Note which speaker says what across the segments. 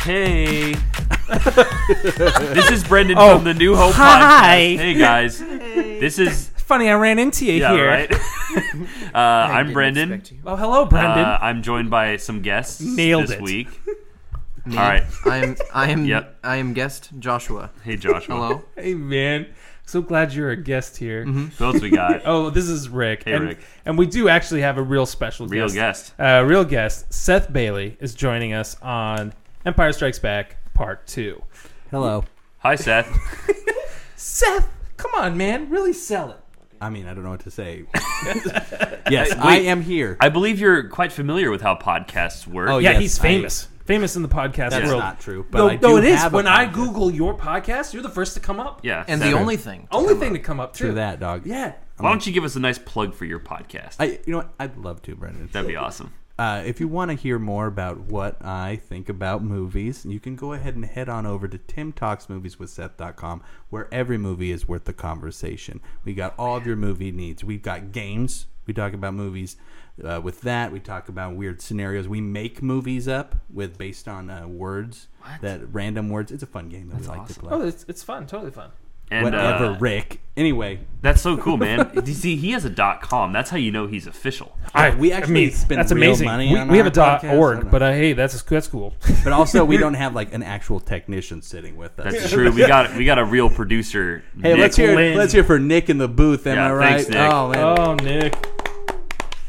Speaker 1: Hey. this is Brendan
Speaker 2: Oh,
Speaker 1: from the New Hope
Speaker 2: hi.
Speaker 1: podcast. Hey guys. This is
Speaker 2: Funny, I ran into you
Speaker 1: yeah,
Speaker 2: here.
Speaker 1: right. uh, I'm Brendan.
Speaker 2: Well, hello, Brendan.
Speaker 1: Uh, I'm joined by some guests
Speaker 2: Nailed
Speaker 1: this
Speaker 2: it.
Speaker 1: week.
Speaker 3: Me.
Speaker 1: All right.
Speaker 3: I am. I am.
Speaker 1: Yep.
Speaker 3: I am guest Joshua.
Speaker 1: Hey Joshua.
Speaker 3: Hello.
Speaker 2: hey, man. So glad you're a guest here.
Speaker 1: Who else we got?
Speaker 2: Oh, this is Rick.
Speaker 1: Hey,
Speaker 2: and,
Speaker 1: Rick.
Speaker 2: And we do actually have a real special
Speaker 1: Real
Speaker 2: guest.
Speaker 1: guest.
Speaker 2: Uh, real guest. Seth Bailey is joining us on Empire Strikes Back Part 2.
Speaker 4: Hello.
Speaker 1: Hi Seth.
Speaker 2: Seth, come on, man. Really sell it.
Speaker 4: I mean, I don't know what to say. yes, I am here.
Speaker 1: I believe you're quite familiar with how podcasts work.
Speaker 4: Oh,
Speaker 2: Yeah,
Speaker 4: Yes,
Speaker 2: he's
Speaker 4: I-
Speaker 2: famous. famous in the podcast
Speaker 4: That's
Speaker 2: world.
Speaker 4: not true, but
Speaker 2: Though,
Speaker 4: I do
Speaker 2: though it is.
Speaker 4: have a
Speaker 2: When I
Speaker 4: podcast.
Speaker 2: Google your podcast, you're the first to come up.
Speaker 1: Yeah.
Speaker 3: And
Speaker 1: Seth.
Speaker 3: the only thing.
Speaker 2: Only thing to come up, too.
Speaker 4: True that, dog.
Speaker 2: Yeah.
Speaker 1: Why don't you give us a nice plug for your podcast?
Speaker 4: I, you know what? I'd love to, Brendan.
Speaker 1: That'd be awesome.
Speaker 4: Uh, if you want to hear more about what I think about movies, you can go ahead and head on over to timtalksmovieswithseth.com, where every movie is worth the conversation. We got all of your movie needs. We've got games. We talk about movies uh, with that. We talk about weird scenarios. We make movies up with based on uh, words that random words. It's a fun game that we like to
Speaker 1: awesome.
Speaker 4: play.
Speaker 2: Oh, it's, it's fun. Totally fun.
Speaker 1: And
Speaker 4: whatever,
Speaker 1: uh,
Speaker 4: Rick. Anyway,
Speaker 1: that's so cool, man. you see, he has a dot com. That's how you know he's official.
Speaker 2: I,
Speaker 4: we actually spend
Speaker 2: that's
Speaker 4: real
Speaker 2: amazing.
Speaker 4: money
Speaker 2: we,
Speaker 4: on
Speaker 2: we have
Speaker 4: our
Speaker 2: a dot
Speaker 4: podcast. I
Speaker 2: org,
Speaker 4: don't
Speaker 2: but
Speaker 4: know.
Speaker 2: uh, hey, that's that's cool.
Speaker 4: but also we don't have like an actual technician sitting with us.
Speaker 1: That's true. We got we got a real producer.
Speaker 4: Hey,
Speaker 1: Nick.
Speaker 4: let's hear
Speaker 2: Lynn.
Speaker 4: let's hear for Nick in the booth. Am
Speaker 1: Yeah,
Speaker 4: I right?
Speaker 1: thanks, Nick.
Speaker 4: Oh man,
Speaker 2: oh, Nick,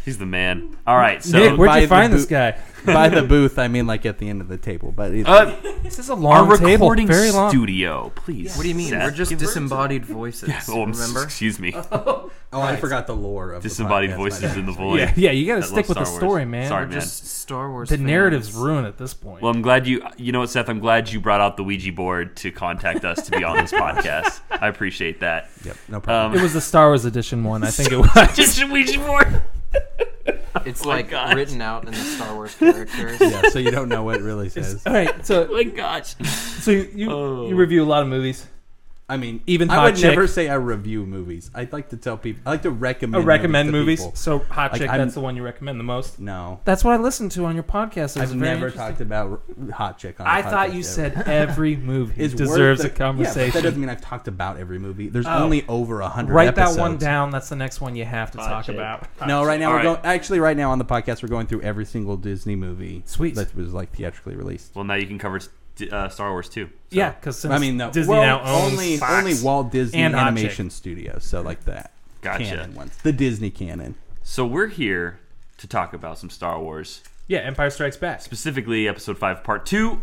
Speaker 1: He's the man. All right, so
Speaker 2: Nick,
Speaker 4: by
Speaker 2: where'd you
Speaker 4: the
Speaker 2: find this
Speaker 4: boot-
Speaker 2: guy?
Speaker 4: by the booth I mean like at the end of the table. But it's,
Speaker 1: uh,
Speaker 2: This is a
Speaker 1: our
Speaker 2: long table,
Speaker 1: recording
Speaker 2: very long.
Speaker 1: studio, please.
Speaker 3: What do you mean?
Speaker 1: Seth.
Speaker 3: We're just disembodied voices.
Speaker 1: Oh, I'm s-
Speaker 3: remember?
Speaker 1: excuse me.
Speaker 4: oh, I forgot the lore of
Speaker 1: Disembodied
Speaker 4: the podcast.
Speaker 1: voices in the void.
Speaker 2: Yeah, yeah, you got to
Speaker 1: I love
Speaker 2: stick with the
Speaker 1: Star Wars.
Speaker 2: story, man.
Speaker 1: Sorry,
Speaker 2: We're
Speaker 1: man.
Speaker 3: Just Star Wars.
Speaker 2: The
Speaker 3: fans.
Speaker 2: narrative's ruined at this point.
Speaker 1: Well, I'm glad you. You know what, Seth? I'm glad you brought out the Ouija board to contact us to be on this podcast. I appreciate that.
Speaker 4: Yep, no problem.
Speaker 1: Um,
Speaker 2: it was the Star Wars edition one, I think it was.
Speaker 1: just a Ouija board.
Speaker 3: It's like
Speaker 1: Oh God.
Speaker 3: written out in the Star Wars characters.
Speaker 4: yeah, so you don't know what it really says.
Speaker 2: All right,
Speaker 1: Oh
Speaker 2: so
Speaker 1: my gosh.
Speaker 2: so you you,
Speaker 1: Oh.
Speaker 2: you review a lot of movies.
Speaker 4: I mean,
Speaker 2: Even
Speaker 4: I
Speaker 2: hot
Speaker 4: would
Speaker 2: chick.
Speaker 4: never say I review movies. I'd like to tell people. I like to recommend.
Speaker 2: I recommend movies.
Speaker 4: to people.
Speaker 2: So Hot
Speaker 4: Like,
Speaker 2: Chick,
Speaker 4: I'm-
Speaker 2: that's the one you recommend the most.
Speaker 4: No,
Speaker 2: That's what I listened to on your podcast. It was
Speaker 4: I've
Speaker 2: very
Speaker 4: never
Speaker 2: interesting.
Speaker 4: talked about r- hot chick. on a
Speaker 2: I
Speaker 4: podcast
Speaker 2: thought you
Speaker 4: ever.
Speaker 2: said every movie
Speaker 4: It's worth
Speaker 2: deserves
Speaker 4: the-
Speaker 2: a
Speaker 4: Yeah, but that
Speaker 2: conversation.
Speaker 4: doesn't mean I've talked about every movie. There's
Speaker 2: Oh.
Speaker 4: only over a hundred.
Speaker 2: Write
Speaker 4: episodes.
Speaker 2: that one down. That's the next one you have to talk
Speaker 1: Chick.
Speaker 2: about.
Speaker 4: No, right now
Speaker 1: All
Speaker 4: we're
Speaker 1: right.
Speaker 4: going. Actually, right now on the podcast, we're going through every single Disney movie.
Speaker 2: Sweet.
Speaker 4: that was like theatrically released.
Speaker 1: Well, now you can cover uh, Star Wars too.
Speaker 2: Yeah, because
Speaker 4: I mean, no,
Speaker 2: Disney
Speaker 4: well,
Speaker 2: now owns
Speaker 4: only
Speaker 2: Fox.
Speaker 4: only Walt Disney
Speaker 2: and Hot
Speaker 4: Animation Studios, so like that
Speaker 1: Gotcha.
Speaker 4: canon ones, the Disney canon.
Speaker 1: So we're here to talk about some Star Wars,
Speaker 2: Yeah, Empire Strikes Back
Speaker 1: specifically Episode Five, Part Two,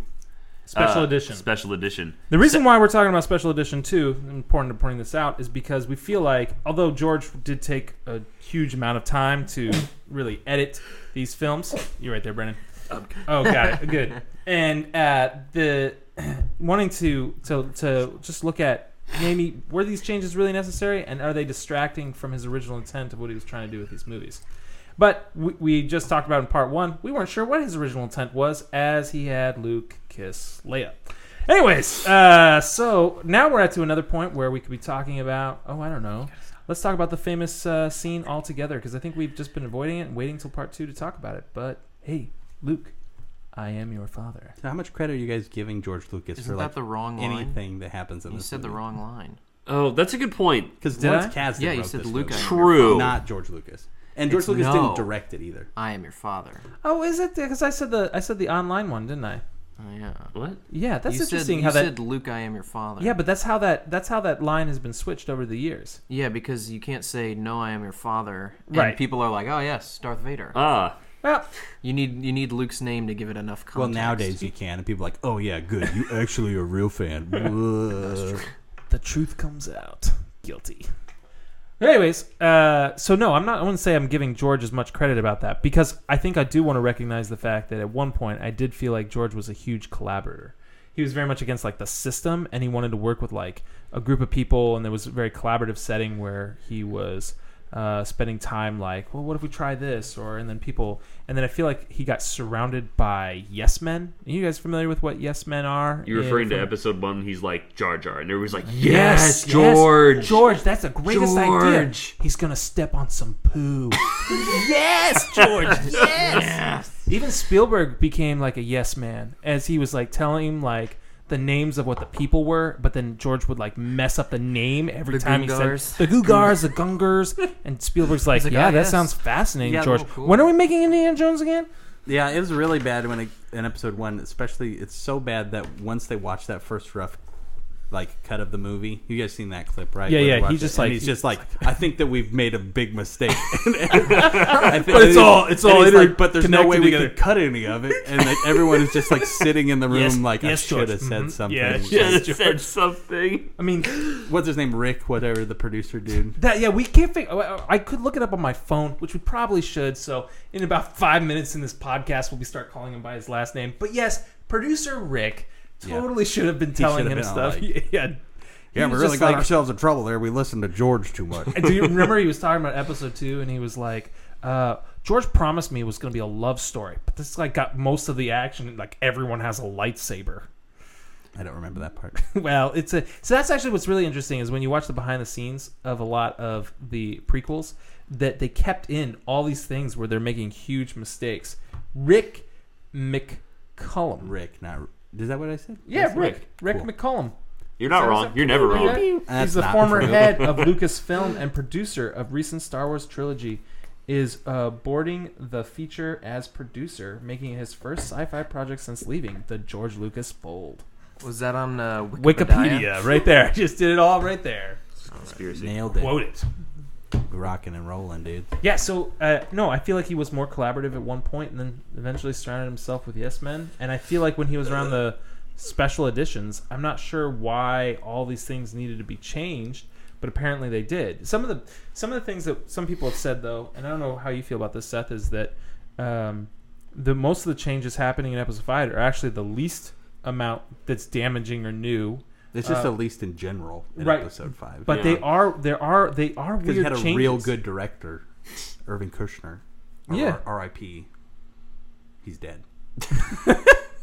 Speaker 2: special
Speaker 1: uh,
Speaker 2: edition.
Speaker 1: Special edition.
Speaker 2: the reason why we're talking about special edition too, important to pointing this out, is because we feel like although George did take a huge amount of time to really edit these films, you're right there, Brennan. Oh, got it. Good. And uh, the wanting to to to just look at maybe were these changes really necessary, and are they distracting from his original intent of what he was trying to do with these movies? But we, we just talked about in part one, we weren't sure what his original intent was, as he had Luke kiss Leia. Anyways, uh, so now we're at to another point where we could be talking about, oh, I don't know. Let's talk about the famous uh, scene altogether, because I think we've just been avoiding it and waiting till part two to talk about it. But hey, Luke, I am your father.
Speaker 4: So how much credit are you guys giving George Lucas
Speaker 3: Isn't
Speaker 4: for like
Speaker 3: that the wrong line?
Speaker 4: anything that happens in
Speaker 3: You
Speaker 4: this?
Speaker 3: said the wrong line.
Speaker 1: Oh, that's a good point.
Speaker 4: because
Speaker 2: Did
Speaker 4: Lawrence
Speaker 2: I?
Speaker 4: Kasdan
Speaker 3: Yeah, you
Speaker 4: wrote
Speaker 3: said
Speaker 4: this
Speaker 3: Luca.
Speaker 4: movie,
Speaker 1: True.
Speaker 4: not George Lucas, and George
Speaker 3: It's
Speaker 4: Lucas
Speaker 3: no.
Speaker 4: didn't direct it either.
Speaker 3: I am your father.
Speaker 2: Oh, is it? Because I said the I said the online one, didn't I?
Speaker 3: Oh, yeah.
Speaker 1: What?
Speaker 2: Yeah, that's
Speaker 3: you
Speaker 2: interesting
Speaker 3: said,
Speaker 2: how
Speaker 3: you
Speaker 2: that.
Speaker 3: said Luke, I am your father.
Speaker 2: yeah, but that's how that that's how that line has been switched over the years.
Speaker 3: Yeah, because you can't say no, I am your father. and
Speaker 2: Right.
Speaker 3: people are like, oh yes, Darth Vader.
Speaker 1: Ah,
Speaker 2: Well,
Speaker 3: you need you need Luke's name to give it enough context.
Speaker 4: Well, nowadays you can, and people are like, oh yeah, good. You actually are a real fan. Whoa.
Speaker 2: the truth comes out. Guilty. Anyways, uh, so no, I'm not. I wouldn't say I'm giving George as much credit about that because I think I do want to recognize the fact that at one point I did feel like George was a huge collaborator. He was very much against like the system, and he wanted to work with like a group of people, and there was a very collaborative setting where he was uh, spending time like, well, what if we try this, or and then people, and then I feel like he got surrounded by yes men. Are you guys familiar with what yes men are?
Speaker 1: you're
Speaker 2: in-
Speaker 1: referring to
Speaker 2: from-
Speaker 1: episode one. He's like Jar Jar, and everybody's like,
Speaker 2: Yes,
Speaker 1: "Yes, George."
Speaker 2: yes. George, that's the greatest idea.
Speaker 1: George.
Speaker 2: He's gonna step on some poo. yes, George. Yes. Even Spielberg became like a yes man as he was like telling him like the names of what the people were, but then George would like mess up the name every
Speaker 3: The
Speaker 2: time
Speaker 3: Gungars.
Speaker 2: he said the Gungars, the Gungars, and Spielberg's like,
Speaker 3: He's like,
Speaker 2: yeah,
Speaker 3: "Ah,
Speaker 2: that
Speaker 3: yes."
Speaker 2: sounds fascinating,
Speaker 3: Yeah,
Speaker 2: George.
Speaker 3: oh, cool."
Speaker 2: When are we making Indiana Jones again?
Speaker 4: Yeah, it was really bad when it, in episode one, especially. It's so bad that once they watch that first rough, like cut of the movie, you guys seen that clip, right?
Speaker 2: Yeah,
Speaker 4: Where they
Speaker 2: yeah,
Speaker 4: watch
Speaker 2: he's just
Speaker 4: it, and
Speaker 2: like-
Speaker 4: he's just like, I think that we've made a big mistake. but
Speaker 2: it's all- it's all
Speaker 4: like, but there's no
Speaker 2: interconnected
Speaker 4: way we
Speaker 2: together.
Speaker 4: could cut any of it, and like, everyone is just like sitting in the room,
Speaker 2: Yes,
Speaker 4: like
Speaker 2: yes,
Speaker 4: I should
Speaker 2: George.
Speaker 4: have said
Speaker 2: Mhm.
Speaker 4: something.
Speaker 2: Yeah,
Speaker 4: Like,
Speaker 2: yeah.
Speaker 1: Should have said something.
Speaker 2: I mean,
Speaker 4: What's his name, Rick? Whatever the producer dude.
Speaker 2: That yeah, we can't figure. I could look it up on my phone, which we probably should. So in about five minutes in this podcast, we'll be start calling him by his last name. But yes, producer Rick
Speaker 4: Yeah.
Speaker 2: totally should have been telling
Speaker 4: should have
Speaker 2: him
Speaker 4: been
Speaker 2: stuff.
Speaker 4: on, like-
Speaker 2: yeah, He
Speaker 4: Yeah,
Speaker 2: was
Speaker 4: we really
Speaker 2: just
Speaker 4: got
Speaker 2: like-
Speaker 4: ourselves in trouble there. We listened to George too much.
Speaker 2: And do you remember he was talking about episode two, and he was like, uh, "George promised me it was going to be a love story, but this like got most of the action. and, Like everyone has a lightsaber."
Speaker 4: I don't remember that part.
Speaker 2: Well, it's a so that's actually what's really interesting is when you watch the behind the scenes of a lot of the prequels that they kept in all these things where they're making huge mistakes. Rick McCollum.
Speaker 4: Rick, not. Is that what I said?
Speaker 2: Yeah,
Speaker 4: That's
Speaker 2: Rick. Rick
Speaker 4: Cool.
Speaker 2: McCollum.
Speaker 1: You're not wrong. You're never wrong.
Speaker 4: That's
Speaker 2: He's the
Speaker 4: not
Speaker 2: former
Speaker 4: true.
Speaker 2: head of Lucasfilm and producer of recent Star Wars trilogy. Is uh, boarding the feature as producer, making it his first sci-fi project since leaving the George Lucas fold.
Speaker 3: Was that on uh, Wikipedia?
Speaker 2: Wikipedia, right there. Just did it all right there.
Speaker 1: Conspiracy.
Speaker 4: Nailed it.
Speaker 2: Quote it.
Speaker 4: Rocking and rolling, dude.
Speaker 2: Yeah, so uh, no, I feel like he was more collaborative at one point, and then eventually surrounded himself with yes men. And I feel like when he was around the special editions, I'm not sure why all these things needed to be changed, but apparently they did. Some of the some of the things that some people have said though, and I don't know how you feel about this, Seth, is that um, the most of the changes happening in episode five are actually the least amount that's damaging or new.
Speaker 4: It's just
Speaker 2: Uh,
Speaker 4: at least in general in
Speaker 2: right.
Speaker 4: episode five.
Speaker 2: But they
Speaker 1: Yeah.
Speaker 2: are there are they are
Speaker 4: because
Speaker 2: weird
Speaker 4: he had a
Speaker 2: changes.
Speaker 4: real good director, Irving Kushner. Or
Speaker 2: Yeah.
Speaker 4: R- R.I.P. He's dead.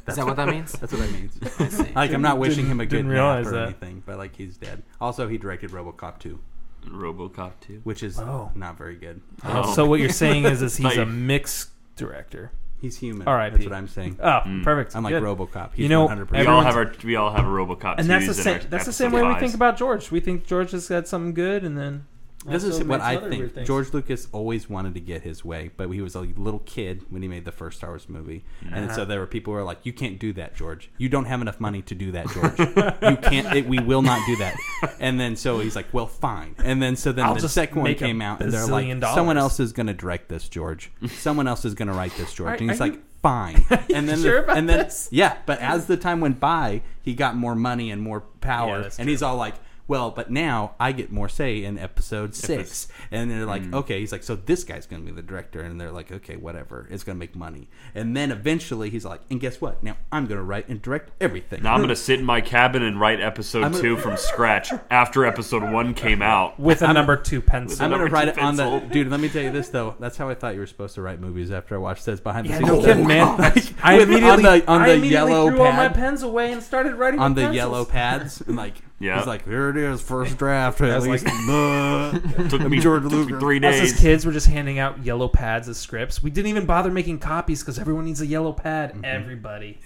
Speaker 3: Is that what that means?
Speaker 4: That's what that means.
Speaker 3: I see.
Speaker 4: like I'm
Speaker 2: Didn't-
Speaker 4: not wishing him a
Speaker 2: didn't
Speaker 4: good
Speaker 2: realize
Speaker 4: nap or
Speaker 2: that.
Speaker 4: anything, but like he's dead. Also, he directed RoboCop 2,
Speaker 1: RoboCop 2.
Speaker 4: which is
Speaker 2: Oh.
Speaker 4: not very good.
Speaker 2: Oh,
Speaker 1: Oh.
Speaker 2: so what you're saying is, is he's
Speaker 1: Thought you-
Speaker 2: a mix director.
Speaker 4: He's human.
Speaker 2: R.I.P..
Speaker 4: That's what I'm saying.
Speaker 2: Oh,
Speaker 1: Mm.
Speaker 2: perfect.
Speaker 4: I'm like
Speaker 2: Good.
Speaker 4: RoboCop. He's
Speaker 2: You know,
Speaker 4: 100.
Speaker 1: We
Speaker 4: percent
Speaker 1: all
Speaker 2: everyone's-
Speaker 1: have our we all have a RoboCop.
Speaker 2: and that's the
Speaker 1: 2s in
Speaker 2: same.
Speaker 1: our
Speaker 2: That's the
Speaker 1: episode
Speaker 2: same way we
Speaker 1: fives.
Speaker 2: think about George. We think George has got something good, and then
Speaker 4: This
Speaker 2: also
Speaker 4: is what
Speaker 2: makes
Speaker 4: I
Speaker 2: other weird
Speaker 4: think.
Speaker 2: things.
Speaker 4: George Lucas always wanted to get his way, but he was a little kid when he made the first Star Wars movie. And
Speaker 2: Uh-huh.
Speaker 4: so there were people who were like, You can't do that, George. You don't have enough money to do that, George. you can't, it, we will not do that. And then so he's like, Well, fine. And then so then
Speaker 2: I'll
Speaker 4: the
Speaker 2: just
Speaker 4: second one
Speaker 2: make a
Speaker 4: came out, and they're
Speaker 2: bazillion
Speaker 4: like,
Speaker 2: dollars.
Speaker 4: Someone else is going to direct this, George. Someone else is going to write this, George.
Speaker 2: Are-
Speaker 4: and he's
Speaker 2: are
Speaker 4: like,
Speaker 2: you-
Speaker 4: Fine. And then,
Speaker 2: sure
Speaker 4: the-
Speaker 2: about
Speaker 4: and then,
Speaker 2: this?
Speaker 4: yeah, but as the time went by, he got more money and more power,
Speaker 2: Yeah, that's
Speaker 4: and
Speaker 2: true.
Speaker 4: he's all like, "Well, but now I get more say in episode six. And they're like,
Speaker 2: Mm.
Speaker 4: "Okay." He's like, "So this guy's going to be the director," and they're like, "Okay, whatever. It's going to make money." And then eventually, he's like, "And guess what? Now I'm going to write and direct everything."
Speaker 1: Now I'm gonna sit in my cabin and write episode
Speaker 4: gonna-
Speaker 1: two from scratch after episode one came out.
Speaker 2: with a number two pencil.
Speaker 4: I'm gonna
Speaker 1: number
Speaker 4: write
Speaker 1: two
Speaker 4: it on the
Speaker 1: pencil.
Speaker 4: dude. Let me tell you this though. That's how I thought you were supposed to write movies. After I watched this behind the
Speaker 2: Yeah,
Speaker 4: scenes,
Speaker 2: no
Speaker 4: stuff.
Speaker 2: kidding, man.
Speaker 4: Like,
Speaker 2: I
Speaker 4: with-
Speaker 2: immediately,
Speaker 4: on the, on
Speaker 2: I
Speaker 4: the
Speaker 2: immediately
Speaker 4: yellow
Speaker 2: threw all my
Speaker 4: pad,
Speaker 2: pens away and started writing
Speaker 4: on
Speaker 2: with
Speaker 4: the
Speaker 2: pencils.
Speaker 4: yellow pads, and like,
Speaker 1: Yeah.
Speaker 4: he's like, "Here it is, first draft." At
Speaker 2: was like-
Speaker 4: least, Blah.
Speaker 1: Took me,
Speaker 4: George
Speaker 1: took me
Speaker 4: Lucas.
Speaker 1: three
Speaker 2: Us as
Speaker 1: days.
Speaker 2: kids were just handing out yellow pads as scripts. We didn't even bother making copies because everyone needs a yellow pad.
Speaker 4: Mm-hmm.
Speaker 2: Everybody.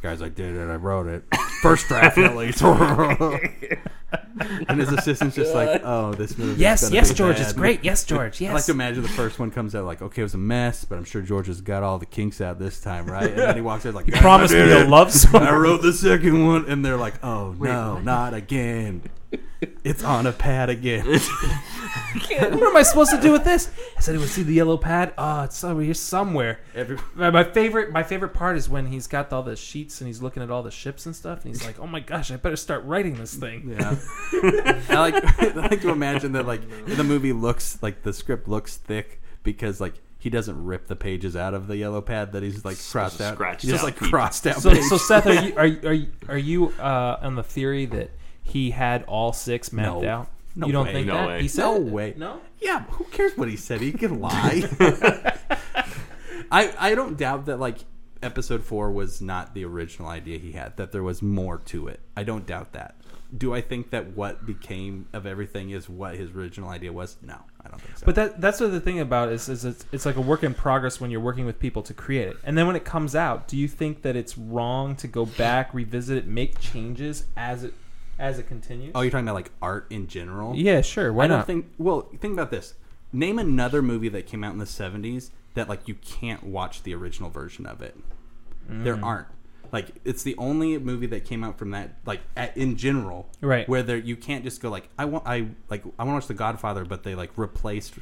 Speaker 4: Guys, I did it. I wrote it. First draft, at least. and his assistant's just like, oh, this movie.
Speaker 2: Yes, yes, George, it's great. Yes, George,
Speaker 4: I like
Speaker 2: yes.
Speaker 4: to imagine the first one comes out like, okay, it was a mess, but I'm sure George has got all the kinks out this time, right? And then he walks out like, "Guys, I
Speaker 2: Promise
Speaker 4: did
Speaker 2: me a
Speaker 4: it.
Speaker 2: love song.
Speaker 4: I wrote the second one, and they're like, oh, no,
Speaker 3: what?
Speaker 4: not again. It's on a pad again.
Speaker 2: what am I supposed to do with this? I said, "Would see the yellow pad? Oh, it's over here somewhere."
Speaker 4: Every-
Speaker 2: My, my favorite, my favorite part is when he's got all the sheets and he's looking at all the ships and stuff, and he's like, "Oh my gosh, I better start writing this thing."
Speaker 4: Yeah. I like I like to imagine that like the movie looks like the script looks thick because like he doesn't rip the pages out of the yellow pad that he's like crossed out.
Speaker 1: scratches
Speaker 4: He's just
Speaker 1: out
Speaker 4: like
Speaker 1: pages.
Speaker 4: crossed out.
Speaker 2: So,
Speaker 4: pages.
Speaker 2: so Seth, are you are you- are you, are you uh, on the theory that he had all six mapped
Speaker 4: No.
Speaker 2: out?
Speaker 4: No
Speaker 2: you don't
Speaker 4: way.
Speaker 2: think
Speaker 1: No
Speaker 2: that?
Speaker 1: way.
Speaker 2: He said
Speaker 4: No
Speaker 2: it.
Speaker 4: way.
Speaker 2: No.
Speaker 4: yeah, who cares what he said? He can lie. I I don't doubt that like episode 4 was not the original idea he had that there was more to it. I don't doubt that. do I think that what became of everything is what his original idea was? No, I don't think so.
Speaker 2: But that that's what the thing about is is it's, it's like a work in progress when you're working with people to create it. And then when it comes out, do you think that it's wrong to go back, revisit it, make changes as it as it continues?
Speaker 4: oh, you're talking about like art in general?
Speaker 2: yeah, sure. Why
Speaker 4: I don't
Speaker 2: not?
Speaker 4: think. Well, think about this. Name another movie that came out in the '70s that like you can't watch the original version of it.
Speaker 2: Mm.
Speaker 4: There aren't. Like it's the only movie that came out from that like at, in general,
Speaker 2: Right.
Speaker 4: Where there you can't just go like I want I like I want to watch The Godfather, but they like replaced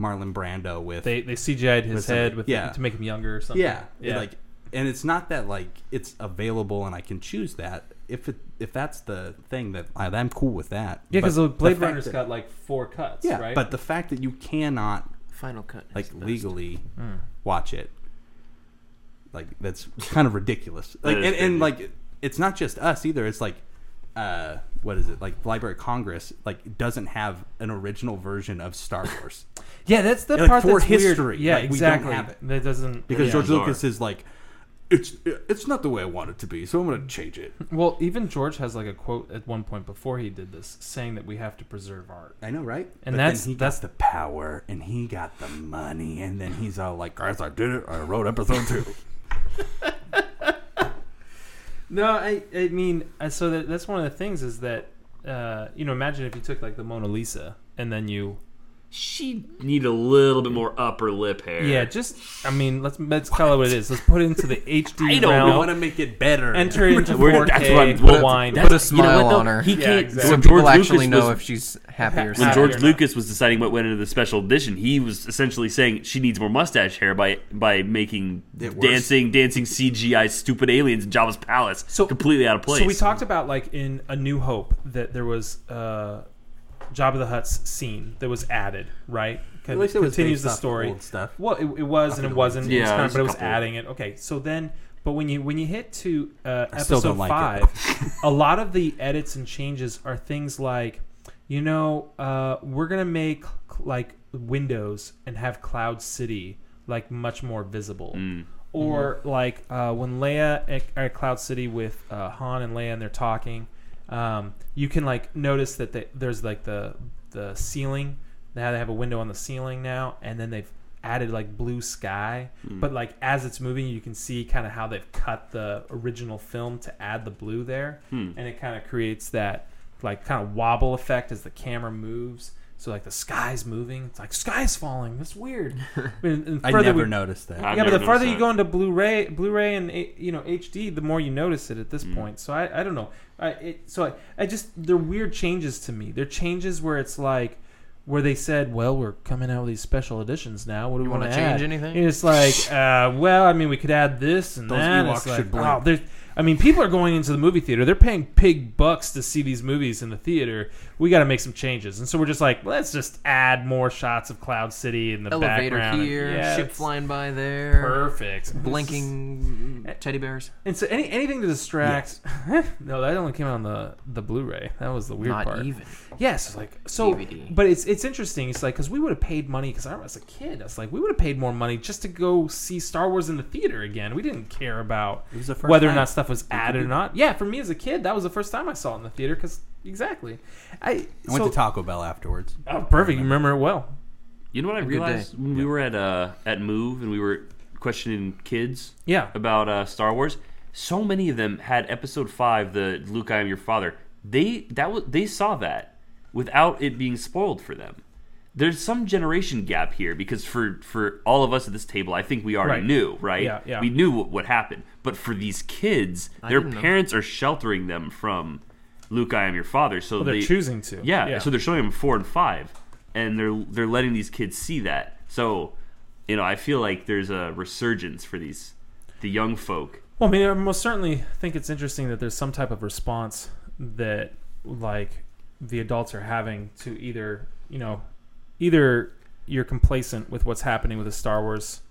Speaker 4: Marlon Brando with
Speaker 2: they they CGI'd his
Speaker 4: With some-
Speaker 2: head with
Speaker 4: yeah.
Speaker 2: to make him younger or something.
Speaker 4: yeah,
Speaker 2: yeah.
Speaker 4: like and it's not that like it's available and I can choose that if it if that's the thing that I, I'm cool with that.
Speaker 2: yeah,
Speaker 4: But
Speaker 2: because the Blade
Speaker 4: fact
Speaker 2: Runner's
Speaker 4: that-
Speaker 2: got like four cuts,
Speaker 4: yeah,
Speaker 2: right?
Speaker 4: but the fact that you cannot
Speaker 3: Final cut. is
Speaker 4: like
Speaker 3: the best.
Speaker 4: legally
Speaker 2: Mm.
Speaker 4: watch it. Like that's kind of ridiculous. Like
Speaker 1: is
Speaker 4: and,
Speaker 1: crazy.
Speaker 4: and like it's not just us either. It's like uh what is it? Like the Library of Congress like doesn't have an original version of Star Wars.
Speaker 2: yeah, that's the
Speaker 4: Yeah, like,
Speaker 2: part
Speaker 4: for
Speaker 2: that's
Speaker 4: history,
Speaker 2: Weird. Yeah,
Speaker 4: like, we don't
Speaker 2: exactly.
Speaker 4: have it.
Speaker 2: That doesn't
Speaker 4: Because
Speaker 2: yeah.
Speaker 4: George
Speaker 1: Bizarre.
Speaker 4: Lucas is like it's it's not the way I want it to be, so I'm gonna change it.
Speaker 2: Well, even George has like a quote at one point before he did this, saying that we have to preserve art.
Speaker 4: I know, right?
Speaker 2: And that's-
Speaker 4: he
Speaker 2: that's-
Speaker 4: got the power, and he got the money, and then he's all like, "Guys, I did it. I wrote episode two.
Speaker 2: No, I, I mean, I- so that, that's one of the things is that, uh, you know, imagine if you took like the Mona Lisa and then you,
Speaker 1: She need a little bit more upper lip hair.
Speaker 2: yeah, just, I mean, let's let's call it what it is. Let's put it into the HD
Speaker 1: I don't
Speaker 4: I
Speaker 2: realm,
Speaker 4: want to make it better."
Speaker 2: enter it into
Speaker 1: We're-
Speaker 2: 4K,
Speaker 1: that's what I'm-
Speaker 2: rewind.
Speaker 3: Put a
Speaker 1: You know
Speaker 3: smile
Speaker 1: what, though?
Speaker 3: on her.
Speaker 1: He
Speaker 2: Yeah,
Speaker 1: can't.
Speaker 2: exactly.
Speaker 1: when
Speaker 2: So
Speaker 3: so
Speaker 1: George
Speaker 3: people actually
Speaker 1: Lucas
Speaker 3: know
Speaker 1: was-
Speaker 3: if she's happy or
Speaker 2: When
Speaker 1: when
Speaker 2: Happy
Speaker 3: sad.
Speaker 2: or
Speaker 1: George
Speaker 2: not.
Speaker 1: Lucas was deciding what went into the special edition, he was essentially saying she needs more mustache hair by by making
Speaker 4: It works.
Speaker 1: dancing dancing CGI stupid aliens in Java's palace
Speaker 2: So-
Speaker 1: completely out of place.
Speaker 2: So we talked about like in A New Hope that there was uh, Job of the Hutt's scene that was added, right? Con-
Speaker 4: At least it was
Speaker 2: continues
Speaker 4: based
Speaker 2: the
Speaker 4: off
Speaker 2: story.
Speaker 4: old stuff.
Speaker 2: Well, it, it was and it wasn't.
Speaker 1: Yeah,
Speaker 2: it was kind of,
Speaker 1: it was
Speaker 2: but
Speaker 1: a
Speaker 2: it was
Speaker 1: couple.
Speaker 2: adding it. Okay, so then, but when you when you hit to uh,
Speaker 4: I still
Speaker 2: episode
Speaker 4: don't like
Speaker 2: five, a lot of the edits and changes are things like, you know, uh, we're gonna make like Windows and have Cloud City like much more visible.
Speaker 4: Mm-hmm.
Speaker 2: Or like uh, when Leia at, at Cloud City with uh, Han and Leia and they're talking, um, you can like notice that they, there's like the the ceiling. Now they have a window on the ceiling now, and then they've added like blue sky.
Speaker 4: Mm.
Speaker 2: But like as it's moving, you can see kind of how they've cut the original film to add the blue there,
Speaker 4: Hmm.
Speaker 2: and it kind of creates that like kind of wobble effect as the camera moves. So like the sky's moving, it's like sky's falling. That's weird. And- and
Speaker 4: I
Speaker 2: further
Speaker 4: never
Speaker 2: we- Ah.
Speaker 4: noticed that.
Speaker 1: I've
Speaker 2: yeah, but
Speaker 1: never
Speaker 2: the farther
Speaker 1: noticed
Speaker 2: you
Speaker 1: that.
Speaker 2: go into Blu-ray, Blu-ray and eh, you know HD, the more you notice it at
Speaker 1: Mm.
Speaker 2: this point. So I, I don't know. I it, so I, I just they're weird changes to me. They're changes where it's like where they said, well, we're coming out with these special editions now. What do
Speaker 3: You
Speaker 2: we want
Speaker 3: wanna
Speaker 2: to
Speaker 3: change
Speaker 2: add?
Speaker 3: anything?
Speaker 2: And it's like, uh, well, I mean, we could add this and
Speaker 4: Those
Speaker 2: that.
Speaker 4: Ewoks
Speaker 2: It's like,
Speaker 4: should blink.
Speaker 2: wow, there's. I mean, people are going into the movie theater. They're paying pig bucks to see these movies in the theater. We got to make some changes, and so we're just like, let's just add more shots of Cloud City in the
Speaker 3: Elevator
Speaker 2: background. and-
Speaker 3: here,
Speaker 2: Yeah,
Speaker 3: ship
Speaker 2: it's-
Speaker 3: flying by there,
Speaker 2: Perfect.
Speaker 3: blinking teddy bears.
Speaker 2: And so any, anything to distract. no, that only came out on the, the Blu-ray. That was the weird
Speaker 3: Not
Speaker 2: part.
Speaker 3: even.
Speaker 2: Yes, like so.
Speaker 3: DVD.
Speaker 2: But it's it's interesting. It's like because we would have paid money because I was a kid. I was like we would have paid more money just to go see Star Wars in the theater again. We didn't care about
Speaker 4: It was the first
Speaker 2: whether or
Speaker 4: time.
Speaker 2: not stuff was added
Speaker 4: do
Speaker 2: or not. Yeah, for me as a kid, that was the first time I saw it in the theater. Because exactly, I,
Speaker 4: I went
Speaker 2: so-
Speaker 4: to Taco Bell afterwards.
Speaker 2: Oh, perfect. You remember it well.
Speaker 1: you know what I
Speaker 3: good
Speaker 1: realized when we were at uh, at Move and we were questioning kids
Speaker 2: Yeah.
Speaker 1: about uh, Star Wars. So many of them had Episode Five, the Luke, I am your father. They that was they saw that without it being spoiled for them. There's some generation gap here because for for all of us at this table, I think we already
Speaker 2: Right.
Speaker 1: knew, right?
Speaker 2: Yeah, yeah.
Speaker 1: We knew what, what happened, but for these kids, their
Speaker 3: didn't know.
Speaker 1: parents are sheltering them from Luke, I am your father. So
Speaker 2: They're
Speaker 1: they,
Speaker 2: choosing to.
Speaker 1: yeah, so they're showing them four and five, and they're they're letting these kids see that. So, you know, I feel like there's a resurgence for these the young folk.
Speaker 2: Well, I mean, I most certainly think it's interesting that there's some type of response that, like, the adults are having to either, you know, either you're complacent with what's happening with the Star Wars,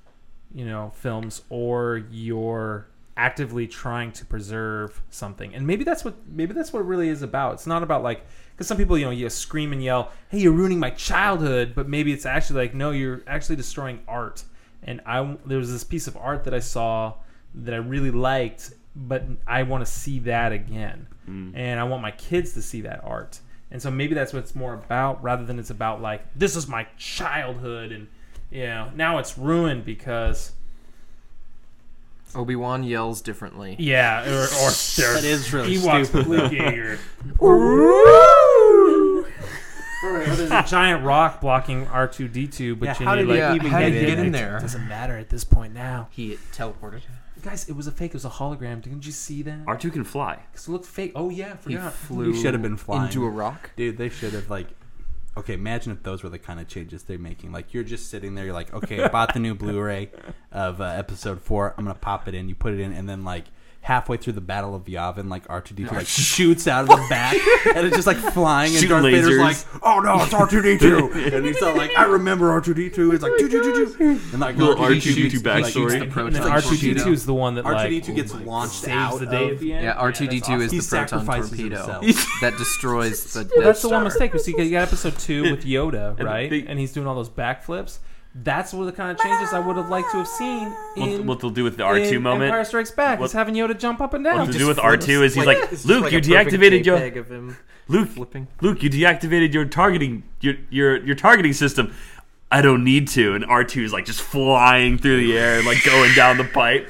Speaker 2: you know, films, or you're actively trying to preserve something. And maybe that's what maybe that's what it really is about. It's not about like because some people, you know, you scream and yell, "Hey, you're ruining my childhood," but maybe it's actually like, no, you're actually destroying art. And I there was this piece of art that I saw that I really liked but I want to see that again, and I want my kids to see that art. And so maybe that's what it's more about, rather than it's about like this is my childhood, and you know now it's ruined because
Speaker 3: Obi Wan yells differently.
Speaker 2: yeah, or, or that
Speaker 4: is really
Speaker 2: Ewoks blinking, or or there's a giant rock blocking R two D two, but
Speaker 4: Yeah,
Speaker 2: you
Speaker 4: how
Speaker 2: need
Speaker 4: did
Speaker 2: like
Speaker 4: he even
Speaker 3: how
Speaker 4: get
Speaker 3: did he
Speaker 4: in?
Speaker 3: get in
Speaker 4: It
Speaker 3: there?
Speaker 2: doesn't matter at this point now.
Speaker 3: He teleported.
Speaker 2: Guys, it was a fake. It was a hologram. Didn't you see that?
Speaker 1: R two can fly.
Speaker 2: 'Cause it looked fake. Oh yeah, I
Speaker 3: He
Speaker 2: forgot.
Speaker 3: flew.
Speaker 4: You should have been flying.
Speaker 3: into a rock.
Speaker 4: Dude, they should have like. Okay, imagine if those were the kind of changes they're making. Like you're just sitting there, you're like, okay, I bought the new Blu-ray of uh, Episode Four. I'm gonna pop it in. You put it in, and then like halfway through the Battle of Yavin, like R2D2 like shoots out of the back, and it's just like flying. And
Speaker 1: Shoot
Speaker 4: Darth Vader's
Speaker 1: lasers.
Speaker 4: like, oh no, it's R2D2, and he's all like, I remember R2D2.
Speaker 2: Oh
Speaker 4: It's like, "Doo, doo, doo, doo." and like
Speaker 1: Little
Speaker 4: R2D2
Speaker 1: R2D2
Speaker 4: like,
Speaker 1: backstory.
Speaker 4: shoots
Speaker 1: And
Speaker 4: the
Speaker 1: then
Speaker 2: and
Speaker 4: proton
Speaker 2: then
Speaker 3: like
Speaker 2: R
Speaker 4: shoots
Speaker 2: two D
Speaker 4: out.
Speaker 2: two is the one that like
Speaker 4: R2D2 gets launched
Speaker 2: saves
Speaker 4: Oh out
Speaker 2: the day at
Speaker 4: of-
Speaker 2: the end.
Speaker 3: Yeah, R two D two
Speaker 2: that's
Speaker 3: is
Speaker 4: He
Speaker 3: the proton
Speaker 4: sacrifices
Speaker 3: torpedo
Speaker 4: himself.
Speaker 3: that destroys the.
Speaker 2: Well,
Speaker 3: Death
Speaker 2: that's the one
Speaker 3: Star.
Speaker 2: mistake. We see, you got episode two with Yoda,
Speaker 1: the
Speaker 2: right?
Speaker 1: thing-
Speaker 2: and he's doing all those backflips. That's what the kind of changes I would have liked to have seen
Speaker 1: What,
Speaker 2: in,
Speaker 1: what they'll do with the
Speaker 2: in
Speaker 1: R two
Speaker 2: Empire
Speaker 1: moment?
Speaker 2: Strikes Back.
Speaker 1: What-
Speaker 2: is having Yoda jump up and
Speaker 1: What
Speaker 2: down.
Speaker 1: they'll do with R two is he's like, Luke, you deactivated your
Speaker 3: of him
Speaker 1: Luke,
Speaker 3: flipping.
Speaker 1: Luke, you deactivated your targeting your your your targeting system. I don't need to. And R two is like just flying through the air and like going down the pipe.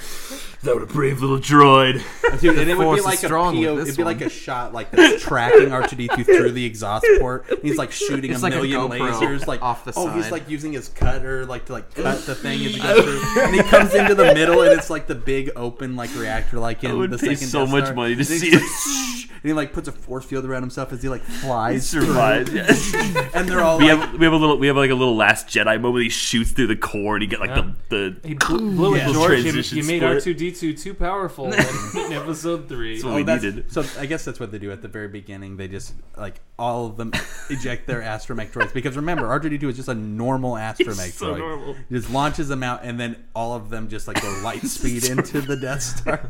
Speaker 1: That would a brave little droid.
Speaker 4: Dude, and it would
Speaker 3: force
Speaker 4: be
Speaker 3: is
Speaker 4: like a
Speaker 3: strong with
Speaker 4: PO,
Speaker 3: this
Speaker 4: it'd be like
Speaker 3: one.
Speaker 4: a shot like that's tracking R2D2 through the exhaust port. And he's like shooting
Speaker 3: It's
Speaker 4: a
Speaker 3: like a
Speaker 4: million
Speaker 3: GoPro
Speaker 4: lasers, like
Speaker 3: off the
Speaker 4: Oh, he's
Speaker 3: side.
Speaker 4: like using his cutter, like to like cut the thing as he goes through. And he comes into the middle, and it's like the big open like reactor, like in
Speaker 1: I would
Speaker 4: the
Speaker 1: pay
Speaker 4: second
Speaker 1: so
Speaker 4: Death
Speaker 1: much
Speaker 4: Star.
Speaker 1: money to
Speaker 4: and he's
Speaker 1: see
Speaker 4: like,
Speaker 1: it.
Speaker 4: "Shh," and he like puts a force field around himself as he like flies through.
Speaker 1: Survive. Yes.
Speaker 4: And they're all
Speaker 1: We
Speaker 4: like,
Speaker 1: have we have a little we have like a little Last Jedi moment. He shoots through the core and he got like
Speaker 2: Yeah.
Speaker 1: the the.
Speaker 2: He blew, blew
Speaker 1: Yeah.
Speaker 2: it, George.
Speaker 1: Transition
Speaker 2: You, you made
Speaker 1: split.
Speaker 2: R two D two too powerful in, in episode three.
Speaker 1: That's what
Speaker 4: Oh,
Speaker 1: we
Speaker 4: that's-
Speaker 1: needed.
Speaker 4: So I guess that's what they do at the very beginning. They just like all of them eject their astromech droids because remember R2D2 is just a normal astromech
Speaker 1: so
Speaker 4: droid.
Speaker 1: normal.
Speaker 4: He just launches them out and then all of them just like go light speed into the Death Star.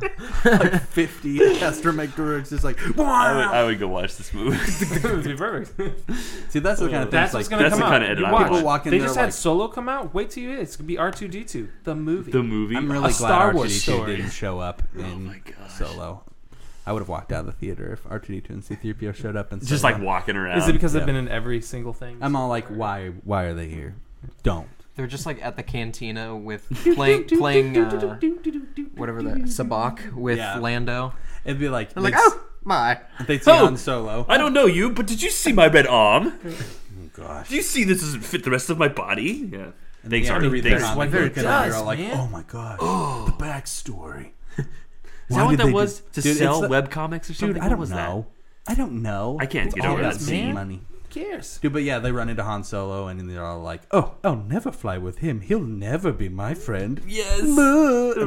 Speaker 4: like 50 astromech droids just like
Speaker 1: I would, I
Speaker 4: "Wah!"
Speaker 1: would go watch this movie.
Speaker 2: It'd be perfect.
Speaker 4: See that's the kind of thing
Speaker 2: That's
Speaker 4: like
Speaker 2: what's gonna
Speaker 1: that's
Speaker 2: come
Speaker 1: the
Speaker 2: out.
Speaker 1: kind of edit
Speaker 2: You
Speaker 1: I
Speaker 2: watch.
Speaker 1: would
Speaker 4: people walk in
Speaker 2: They
Speaker 4: there
Speaker 2: just
Speaker 4: like,
Speaker 2: had Solo come out. Wait till you it's gonna be R two D two the movie.
Speaker 1: the movie.
Speaker 4: I'm really
Speaker 2: a
Speaker 4: glad
Speaker 2: Star Wars
Speaker 4: R2D2
Speaker 2: story.
Speaker 4: didn't show up in
Speaker 1: Oh my gosh.
Speaker 4: Solo. I would have walked out of the theater if R2D2 and C3PO showed up and
Speaker 1: just like walking around.
Speaker 2: Is it because
Speaker 4: Yeah.
Speaker 2: they've been in every single thing?
Speaker 4: I'm all like why why are they here? Don't.
Speaker 3: They're just like at the cantina with playing playing uh, whatever that sabak with
Speaker 4: Yeah.
Speaker 3: Lando.
Speaker 4: It'd be like
Speaker 3: They're like,
Speaker 4: they'd-
Speaker 3: oh my,
Speaker 4: They'd see
Speaker 1: Oh!
Speaker 4: Han Solo.
Speaker 1: I don't know you, but did you see my bed arm?
Speaker 4: Oh, gosh.
Speaker 1: Do you see this doesn't fit the rest of my body? Yeah. Thanks,
Speaker 4: Yeah,
Speaker 1: Artie.
Speaker 4: read
Speaker 1: Thanks.
Speaker 4: that
Speaker 2: Why
Speaker 4: comic
Speaker 2: there
Speaker 4: book and all,
Speaker 2: does,
Speaker 4: you're all like,
Speaker 2: man.
Speaker 4: oh my gosh, the backstory.
Speaker 1: Is that
Speaker 4: Why
Speaker 1: what
Speaker 4: did
Speaker 1: that
Speaker 4: they
Speaker 1: was?
Speaker 4: do-
Speaker 1: To
Speaker 4: Dude, it's
Speaker 1: sell
Speaker 4: the-
Speaker 1: web comics or something?
Speaker 4: Dude, I
Speaker 1: What
Speaker 4: don't
Speaker 1: was that?
Speaker 4: know. I don't know.
Speaker 1: I can't
Speaker 4: Who
Speaker 1: get
Speaker 4: all
Speaker 1: over
Speaker 4: has
Speaker 1: that
Speaker 4: big
Speaker 2: scene.
Speaker 4: Money.
Speaker 2: Who cares?
Speaker 4: Dude, but yeah, they run into Han Solo and they're all like, "Oh, I'll never fly with him. He'll never be my friend."
Speaker 1: Yes.
Speaker 4: And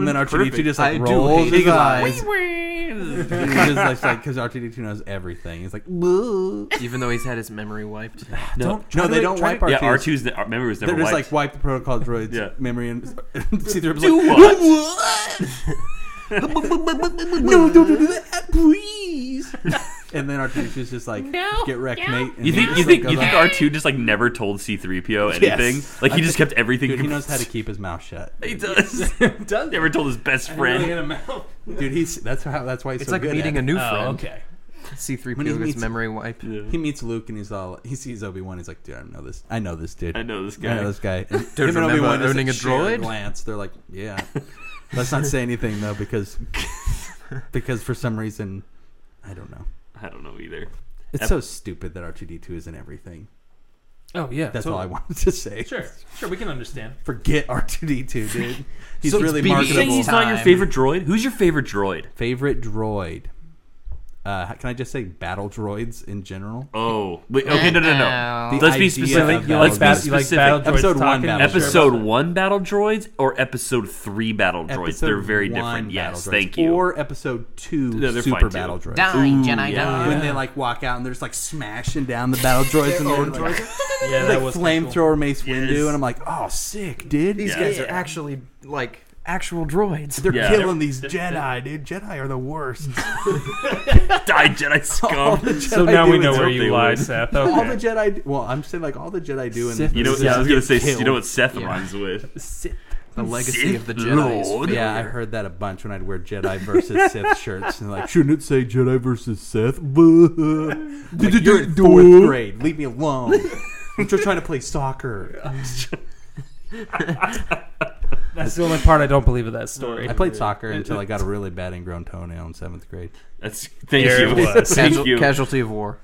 Speaker 4: then R2D2 just like
Speaker 3: I do
Speaker 4: rolls
Speaker 3: hate
Speaker 4: his
Speaker 3: his
Speaker 4: eyes.
Speaker 3: eyes.
Speaker 4: He's just like- like because R2D2 knows everything. He's like, "Boo."
Speaker 3: even though he's had his memory wiped.
Speaker 1: No.
Speaker 4: No, they don't wipe
Speaker 1: Yeah,
Speaker 4: R2.
Speaker 1: R2's ne- our memory was never
Speaker 4: They're just
Speaker 1: wiped.
Speaker 4: like wipe the protocol droid's
Speaker 1: Yeah.
Speaker 4: memory and C3PO was
Speaker 1: Do
Speaker 4: like,
Speaker 1: what?
Speaker 4: no, don't do that, please. and then R2D2 is just like, get wrecked, mate. And
Speaker 1: you think
Speaker 4: he
Speaker 1: you
Speaker 4: just,
Speaker 1: think
Speaker 4: like,
Speaker 1: you
Speaker 4: goes
Speaker 1: think
Speaker 4: on.
Speaker 1: R2 just like never told C3PO anything?
Speaker 4: Yes.
Speaker 1: Like he
Speaker 4: I
Speaker 1: just kept everything
Speaker 4: Dude, he
Speaker 1: com-
Speaker 4: knows how to keep his mouth shut.
Speaker 1: He does.
Speaker 2: Does
Speaker 1: never told his best friend.
Speaker 4: Dude, he's that's how that's why he's
Speaker 3: It's
Speaker 4: so
Speaker 3: like
Speaker 4: good.
Speaker 3: meeting a
Speaker 4: at it.
Speaker 3: new friend.
Speaker 2: Oh, okay.
Speaker 4: When he
Speaker 3: C-3PO gets
Speaker 4: meets-
Speaker 3: memory wiped.
Speaker 4: He meets Luke and he's all he sees Obi Wan. He's like, dude, I know this. I know this dude.
Speaker 1: I know this
Speaker 4: I know
Speaker 1: guy.
Speaker 4: this guy. And
Speaker 3: Dude,
Speaker 4: him and
Speaker 3: remember
Speaker 4: Obi-Wan just
Speaker 3: owning a
Speaker 4: share
Speaker 3: droid?
Speaker 4: Glance. They're like, yeah. Let's not say anything though, because because for some reason, I don't know.
Speaker 1: I don't know either.
Speaker 4: It's
Speaker 1: Ep-
Speaker 4: so stupid that R two D two is in everything.
Speaker 2: Oh yeah.
Speaker 4: That's all I
Speaker 2: totally.
Speaker 4: wanted to say.
Speaker 2: Sure, sure, we can understand.
Speaker 4: Forget R two D two, dude. He's
Speaker 1: So it's
Speaker 4: really
Speaker 1: BB. You saying
Speaker 4: marketable.
Speaker 1: he's not your
Speaker 3: Time.
Speaker 1: favorite droid? Who's your favorite droid?
Speaker 4: Favorite droid. Uh, can I just say battle droids in general?
Speaker 1: Oh, wait, okay, no, no, no.
Speaker 3: The
Speaker 1: Let's be
Speaker 4: idea
Speaker 1: specific.
Speaker 4: of
Speaker 2: You
Speaker 4: Yeah,
Speaker 1: Let's
Speaker 2: Uh, like,
Speaker 1: be
Speaker 4: battle
Speaker 2: bat- you like
Speaker 1: specific.
Speaker 2: battle droids
Speaker 4: Episode one
Speaker 2: talking?
Speaker 4: battle droids.
Speaker 1: episode one battle droids or episode three battle droids?
Speaker 4: Episode
Speaker 1: they're very
Speaker 4: one
Speaker 1: different.
Speaker 4: battle
Speaker 1: Yes,
Speaker 4: droids.
Speaker 1: thank you.
Speaker 4: Or episode two
Speaker 1: No, they're
Speaker 4: super
Speaker 1: fine, too.
Speaker 4: battle droids.
Speaker 1: Jedi, die.
Speaker 4: When they like walk out and they're just like smashing down the battle droids and they're like,
Speaker 2: Yeah, that
Speaker 4: like
Speaker 2: was
Speaker 4: flamethrower Mace
Speaker 1: Yes.
Speaker 4: Windu, and I'm like, oh, sick, dude. These
Speaker 1: Yeah.
Speaker 4: guys,
Speaker 1: are
Speaker 3: actually like actual droids.
Speaker 4: they're
Speaker 1: Yeah.
Speaker 4: killing these Jedi, dude. Jedi are the worst.
Speaker 1: Die Jedi
Speaker 4: All
Speaker 1: scum.
Speaker 4: the Jedi
Speaker 2: So now
Speaker 4: do
Speaker 2: we
Speaker 4: is-
Speaker 2: know where
Speaker 1: what they
Speaker 2: you lie,
Speaker 1: would.
Speaker 2: Seth.
Speaker 4: All
Speaker 2: Okay.
Speaker 4: the Jedi. Well, I'm saying like all the Jedi do, and
Speaker 2: Sith
Speaker 1: You know,
Speaker 2: This
Speaker 1: yeah, I was gonna say.
Speaker 4: Killed.
Speaker 1: You know what Seth
Speaker 3: Yeah.
Speaker 1: rhymes with?
Speaker 3: The legacy
Speaker 1: Sith
Speaker 3: of the Jedi.
Speaker 1: Lord.
Speaker 3: Is
Speaker 4: Yeah, I
Speaker 3: failure.
Speaker 4: heard that a bunch when I'd wear Jedi versus Sith shirts. And like, shouldn't it say Jedi versus Sith?
Speaker 3: Like, you're in
Speaker 4: fourth grade. Leave me alone. I'm just trying to play soccer.
Speaker 2: That's the only part I don't believe of that story.
Speaker 4: I played soccer until I got a really bad ingrown toenail in seventh grade.
Speaker 1: That's thank
Speaker 2: There
Speaker 1: you.
Speaker 2: it was.
Speaker 1: Thank
Speaker 3: Casual-
Speaker 1: you.
Speaker 3: Casualty of war.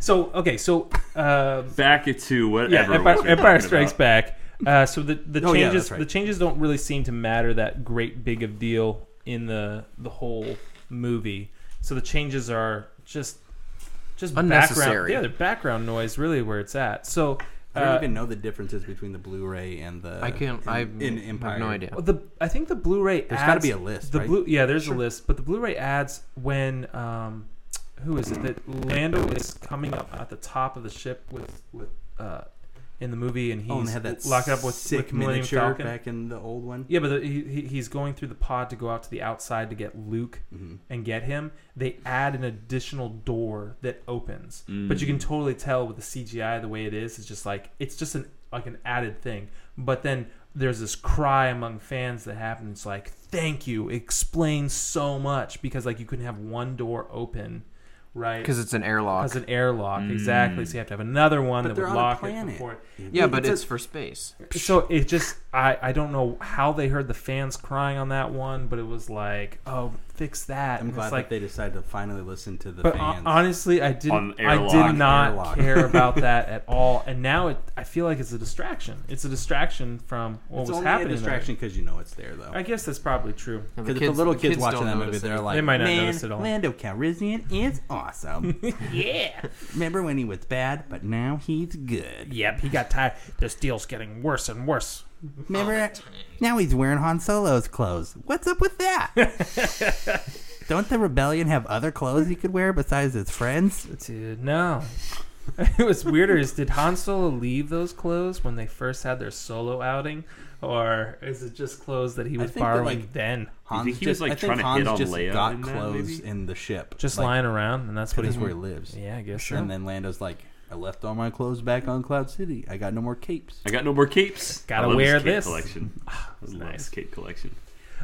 Speaker 2: So okay, so uh,
Speaker 1: Back to
Speaker 2: yeah,
Speaker 1: whatever.
Speaker 2: Empire,
Speaker 1: it was we were
Speaker 2: Empire
Speaker 1: talking
Speaker 2: Strikes
Speaker 1: about.
Speaker 2: Back. Uh, so the, the
Speaker 4: Oh, yeah,
Speaker 2: changes
Speaker 4: that's right.
Speaker 2: the changes don't really seem to matter that great big of deal in the the whole movie. So the changes are just just Background,
Speaker 3: Unnecessary.
Speaker 2: yeah, they're background noise really where it's at. So
Speaker 4: I don't
Speaker 2: uh,
Speaker 4: even know the differences between the Blu-ray and the.
Speaker 3: I can't.
Speaker 4: Uh, In,
Speaker 3: I
Speaker 4: in Empire.
Speaker 3: have no idea.
Speaker 2: Well, the I think the Blu-ray
Speaker 4: There's
Speaker 2: adds-
Speaker 4: gotta be a list,
Speaker 2: The
Speaker 4: right?
Speaker 2: blue, yeah, there's a list, but the Blu-ray adds when um, who is it that Lando is coming up at the top of the ship with with uh, in the movie, and he's
Speaker 4: Oh, and they had that
Speaker 2: locked up with,
Speaker 4: sick
Speaker 2: with Millennium
Speaker 4: miniature
Speaker 2: Falcon.
Speaker 4: back in the old one.
Speaker 2: Yeah, but the, he, he- he's going through the pod to go out to the outside to get Luke
Speaker 4: Mhm.
Speaker 2: and get him. They add an additional door that opens, but
Speaker 1: Mm. Hmm.
Speaker 2: you can totally tell with the CGI the way it is. It's just like it's just an like an added thing. But then there's this cry among fans that happens like, "Thank you, it explains so much," because like you couldn't have one door open, right?
Speaker 3: Because it's an airlock.
Speaker 2: As an airlock, exactly. So you have to have another one
Speaker 4: But
Speaker 2: that
Speaker 4: they're
Speaker 2: would
Speaker 4: on a
Speaker 2: lock it
Speaker 4: planet.
Speaker 2: before.
Speaker 3: yeah, but
Speaker 4: a-
Speaker 3: it's for space.
Speaker 2: So it just I I don't know how they heard the fans crying on that one, but it was like, oh, fix that.
Speaker 4: I'm
Speaker 2: And
Speaker 4: glad
Speaker 2: it's like
Speaker 4: that they decided to finally listen to the
Speaker 2: but uh, hon-
Speaker 4: fans.
Speaker 2: honestly, I
Speaker 1: On
Speaker 2: didn't. I
Speaker 1: airlock.
Speaker 2: did not
Speaker 4: Airlock.
Speaker 2: care about that at all. And now it, I feel like it's a distraction. It's a distraction from what
Speaker 4: it's
Speaker 2: was
Speaker 4: only
Speaker 2: happening.
Speaker 4: a
Speaker 2: in that
Speaker 4: distraction because you know it's there though.
Speaker 2: movie. I guess that's probably true.
Speaker 3: And
Speaker 4: Because if the little kids, watching
Speaker 3: don't
Speaker 4: that movie,
Speaker 3: notice
Speaker 4: they're
Speaker 3: anything.
Speaker 4: like,
Speaker 2: They might not
Speaker 4: Man,
Speaker 2: notice at all."
Speaker 4: Lando Calrissian is awesome.
Speaker 2: Yeah.
Speaker 4: Remember when he was bad, but now he's good.
Speaker 2: Yep. He got tired. This deal's getting worse and worse.
Speaker 4: Remember, now he's wearing Han Solo's clothes. What's up with that? Don't the rebellion have other clothes he could wear besides his friends?
Speaker 2: Dude, no. What's weirder is did Han Solo leave those clothes when they first had their solo outing, or is it just clothes that he was
Speaker 4: think that,
Speaker 2: borrowing
Speaker 4: like,
Speaker 2: then,
Speaker 4: Han's
Speaker 1: he was, like,
Speaker 4: I think
Speaker 1: trying to
Speaker 4: Han's
Speaker 1: hit on
Speaker 4: just
Speaker 1: Leia
Speaker 4: got
Speaker 1: in that,
Speaker 4: clothes
Speaker 1: maybe?
Speaker 4: in the ship,
Speaker 2: just
Speaker 4: like,
Speaker 2: lying around, and that's what
Speaker 4: That
Speaker 2: he
Speaker 4: is where he lives.
Speaker 2: Yeah, I guess so.
Speaker 4: And then Lando's like, I left all my clothes back on Cloud City. I got no more capes.
Speaker 1: I got no more capes.
Speaker 2: Gotta
Speaker 1: I love his
Speaker 2: wear
Speaker 1: cape
Speaker 2: this.
Speaker 1: collection.
Speaker 2: nice.
Speaker 1: nice cape collection.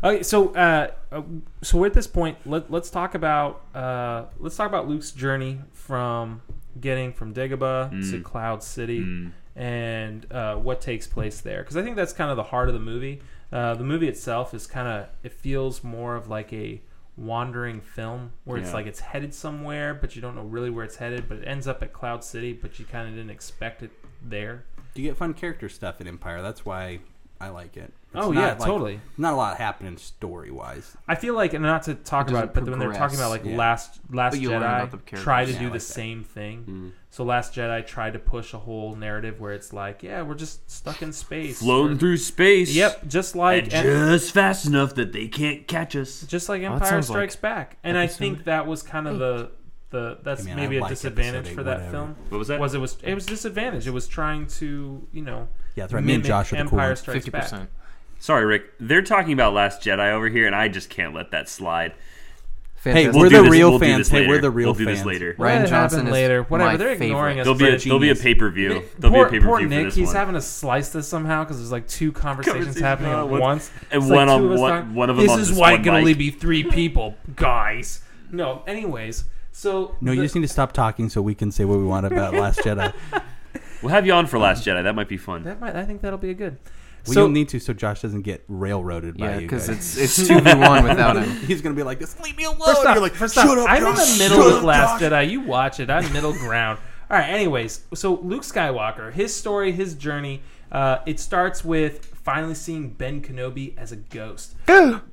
Speaker 2: Okay, so uh, uh, so we're at this point. Let, let's talk about uh, let's talk about Luke's journey from getting from Dagobah to
Speaker 1: Mm.
Speaker 2: Cloud City
Speaker 1: Mm.
Speaker 2: and uh, what takes place there. Because I think that's kind of the heart of the movie. Uh, the movie itself is kind of it feels more of like a wandering film where it's
Speaker 1: Yeah.
Speaker 2: like it's headed somewhere, but you don't know really where it's headed. But it ends up at Cloud City, but you kind of didn't expect it there.
Speaker 4: You get fun character stuff in Empire. That's why I like it. It's
Speaker 2: Oh,
Speaker 4: not
Speaker 2: yeah,
Speaker 4: like-
Speaker 2: totally.
Speaker 4: Not a lot happening story wise.
Speaker 2: I feel like, and not to talk
Speaker 3: It
Speaker 2: about
Speaker 3: doesn't
Speaker 2: it, but when they're talking
Speaker 3: progress.
Speaker 2: about like
Speaker 4: Yeah.
Speaker 2: last last
Speaker 3: But you learn about the
Speaker 2: Jedi,
Speaker 3: characters.
Speaker 2: try to
Speaker 4: Yeah,
Speaker 2: do
Speaker 4: I
Speaker 2: the
Speaker 4: like that.
Speaker 2: same thing.
Speaker 1: Mm.
Speaker 2: So last Jedi tried to push a whole narrative where it's like, yeah, we're just stuck in space,
Speaker 1: Flown
Speaker 2: We're-
Speaker 1: through space.
Speaker 2: Yep, just like
Speaker 1: and
Speaker 2: and,
Speaker 1: just fast enough that they can't catch us.
Speaker 2: just
Speaker 4: Oh,
Speaker 2: like
Speaker 3: that
Speaker 2: Empire
Speaker 3: sounds like
Speaker 2: Strikes Back, and I
Speaker 3: episode
Speaker 2: think that was kind of the the that's
Speaker 4: I mean, I
Speaker 2: maybe a
Speaker 4: like
Speaker 2: disadvantage
Speaker 4: episode
Speaker 2: for
Speaker 4: eight,
Speaker 2: that
Speaker 4: whatever.
Speaker 2: film.
Speaker 1: What was that?
Speaker 2: Was it was it was disadvantage? It was trying to you know
Speaker 4: Yeah, that's right. Me and
Speaker 2: mimic
Speaker 4: Josh are the cool
Speaker 2: Empire
Speaker 4: ones.
Speaker 2: Strikes
Speaker 3: Fifty
Speaker 2: Back.
Speaker 3: percent.
Speaker 1: Sorry, Rick. They're talking about Last Jedi over here, and I just can't let that slide.
Speaker 4: Hey,
Speaker 1: We'll
Speaker 4: we're
Speaker 1: do
Speaker 4: the
Speaker 1: this-
Speaker 4: real
Speaker 1: we'll do
Speaker 4: fans.
Speaker 1: this
Speaker 4: Hey,
Speaker 1: later.
Speaker 4: we're the real
Speaker 1: We'll do this
Speaker 4: fans.
Speaker 1: later.
Speaker 2: Let
Speaker 3: Ryan
Speaker 2: it
Speaker 3: Johnson
Speaker 2: happen
Speaker 3: is
Speaker 2: later. Whatever.
Speaker 3: my
Speaker 2: They're ignoring
Speaker 3: favorite.
Speaker 2: us.
Speaker 1: There'll be a
Speaker 2: but-
Speaker 1: there'll be a pay per view. There'll
Speaker 2: poor,
Speaker 1: be a pay per
Speaker 2: poor
Speaker 1: view
Speaker 2: Nick,
Speaker 1: for this
Speaker 2: he's
Speaker 1: one.
Speaker 2: having to slice this somehow because there's like two conversations
Speaker 1: Conversations
Speaker 2: happening at
Speaker 1: going on.
Speaker 2: once.
Speaker 1: And
Speaker 2: It's like
Speaker 1: one
Speaker 2: two
Speaker 1: on-
Speaker 2: of us
Speaker 1: one-
Speaker 2: talking,
Speaker 1: one of them
Speaker 2: This
Speaker 1: on
Speaker 2: is
Speaker 1: this
Speaker 2: why
Speaker 1: one
Speaker 2: it can
Speaker 1: mic."
Speaker 2: only be three people, guys. No. Anyways, so
Speaker 4: No, you
Speaker 2: the-
Speaker 4: just need to stop talking so we can say what we want about Last Jedi.
Speaker 1: We'll have you on for Last Jedi. That might be fun.
Speaker 2: that might. I think that'll be a good.
Speaker 4: We
Speaker 2: so
Speaker 4: don't need to, so Josh doesn't get railroaded by
Speaker 3: Yeah,
Speaker 4: you
Speaker 3: because
Speaker 4: guys.
Speaker 3: it's it's two v one without him.
Speaker 4: He's gonna be like this. Leave me alone.
Speaker 2: first off,
Speaker 4: Oh, You're like,
Speaker 2: first
Speaker 4: shut
Speaker 2: off,
Speaker 4: up,
Speaker 2: I'm
Speaker 4: Josh.
Speaker 2: in the middle
Speaker 4: shut
Speaker 2: of
Speaker 4: up,
Speaker 2: Last
Speaker 4: Josh."
Speaker 2: Jedi. You watch it. I'm middle ground. All right. Anyways, so Luke Skywalker, his story, his journey. Uh, it starts with finally seeing Ben Kenobi as a ghost.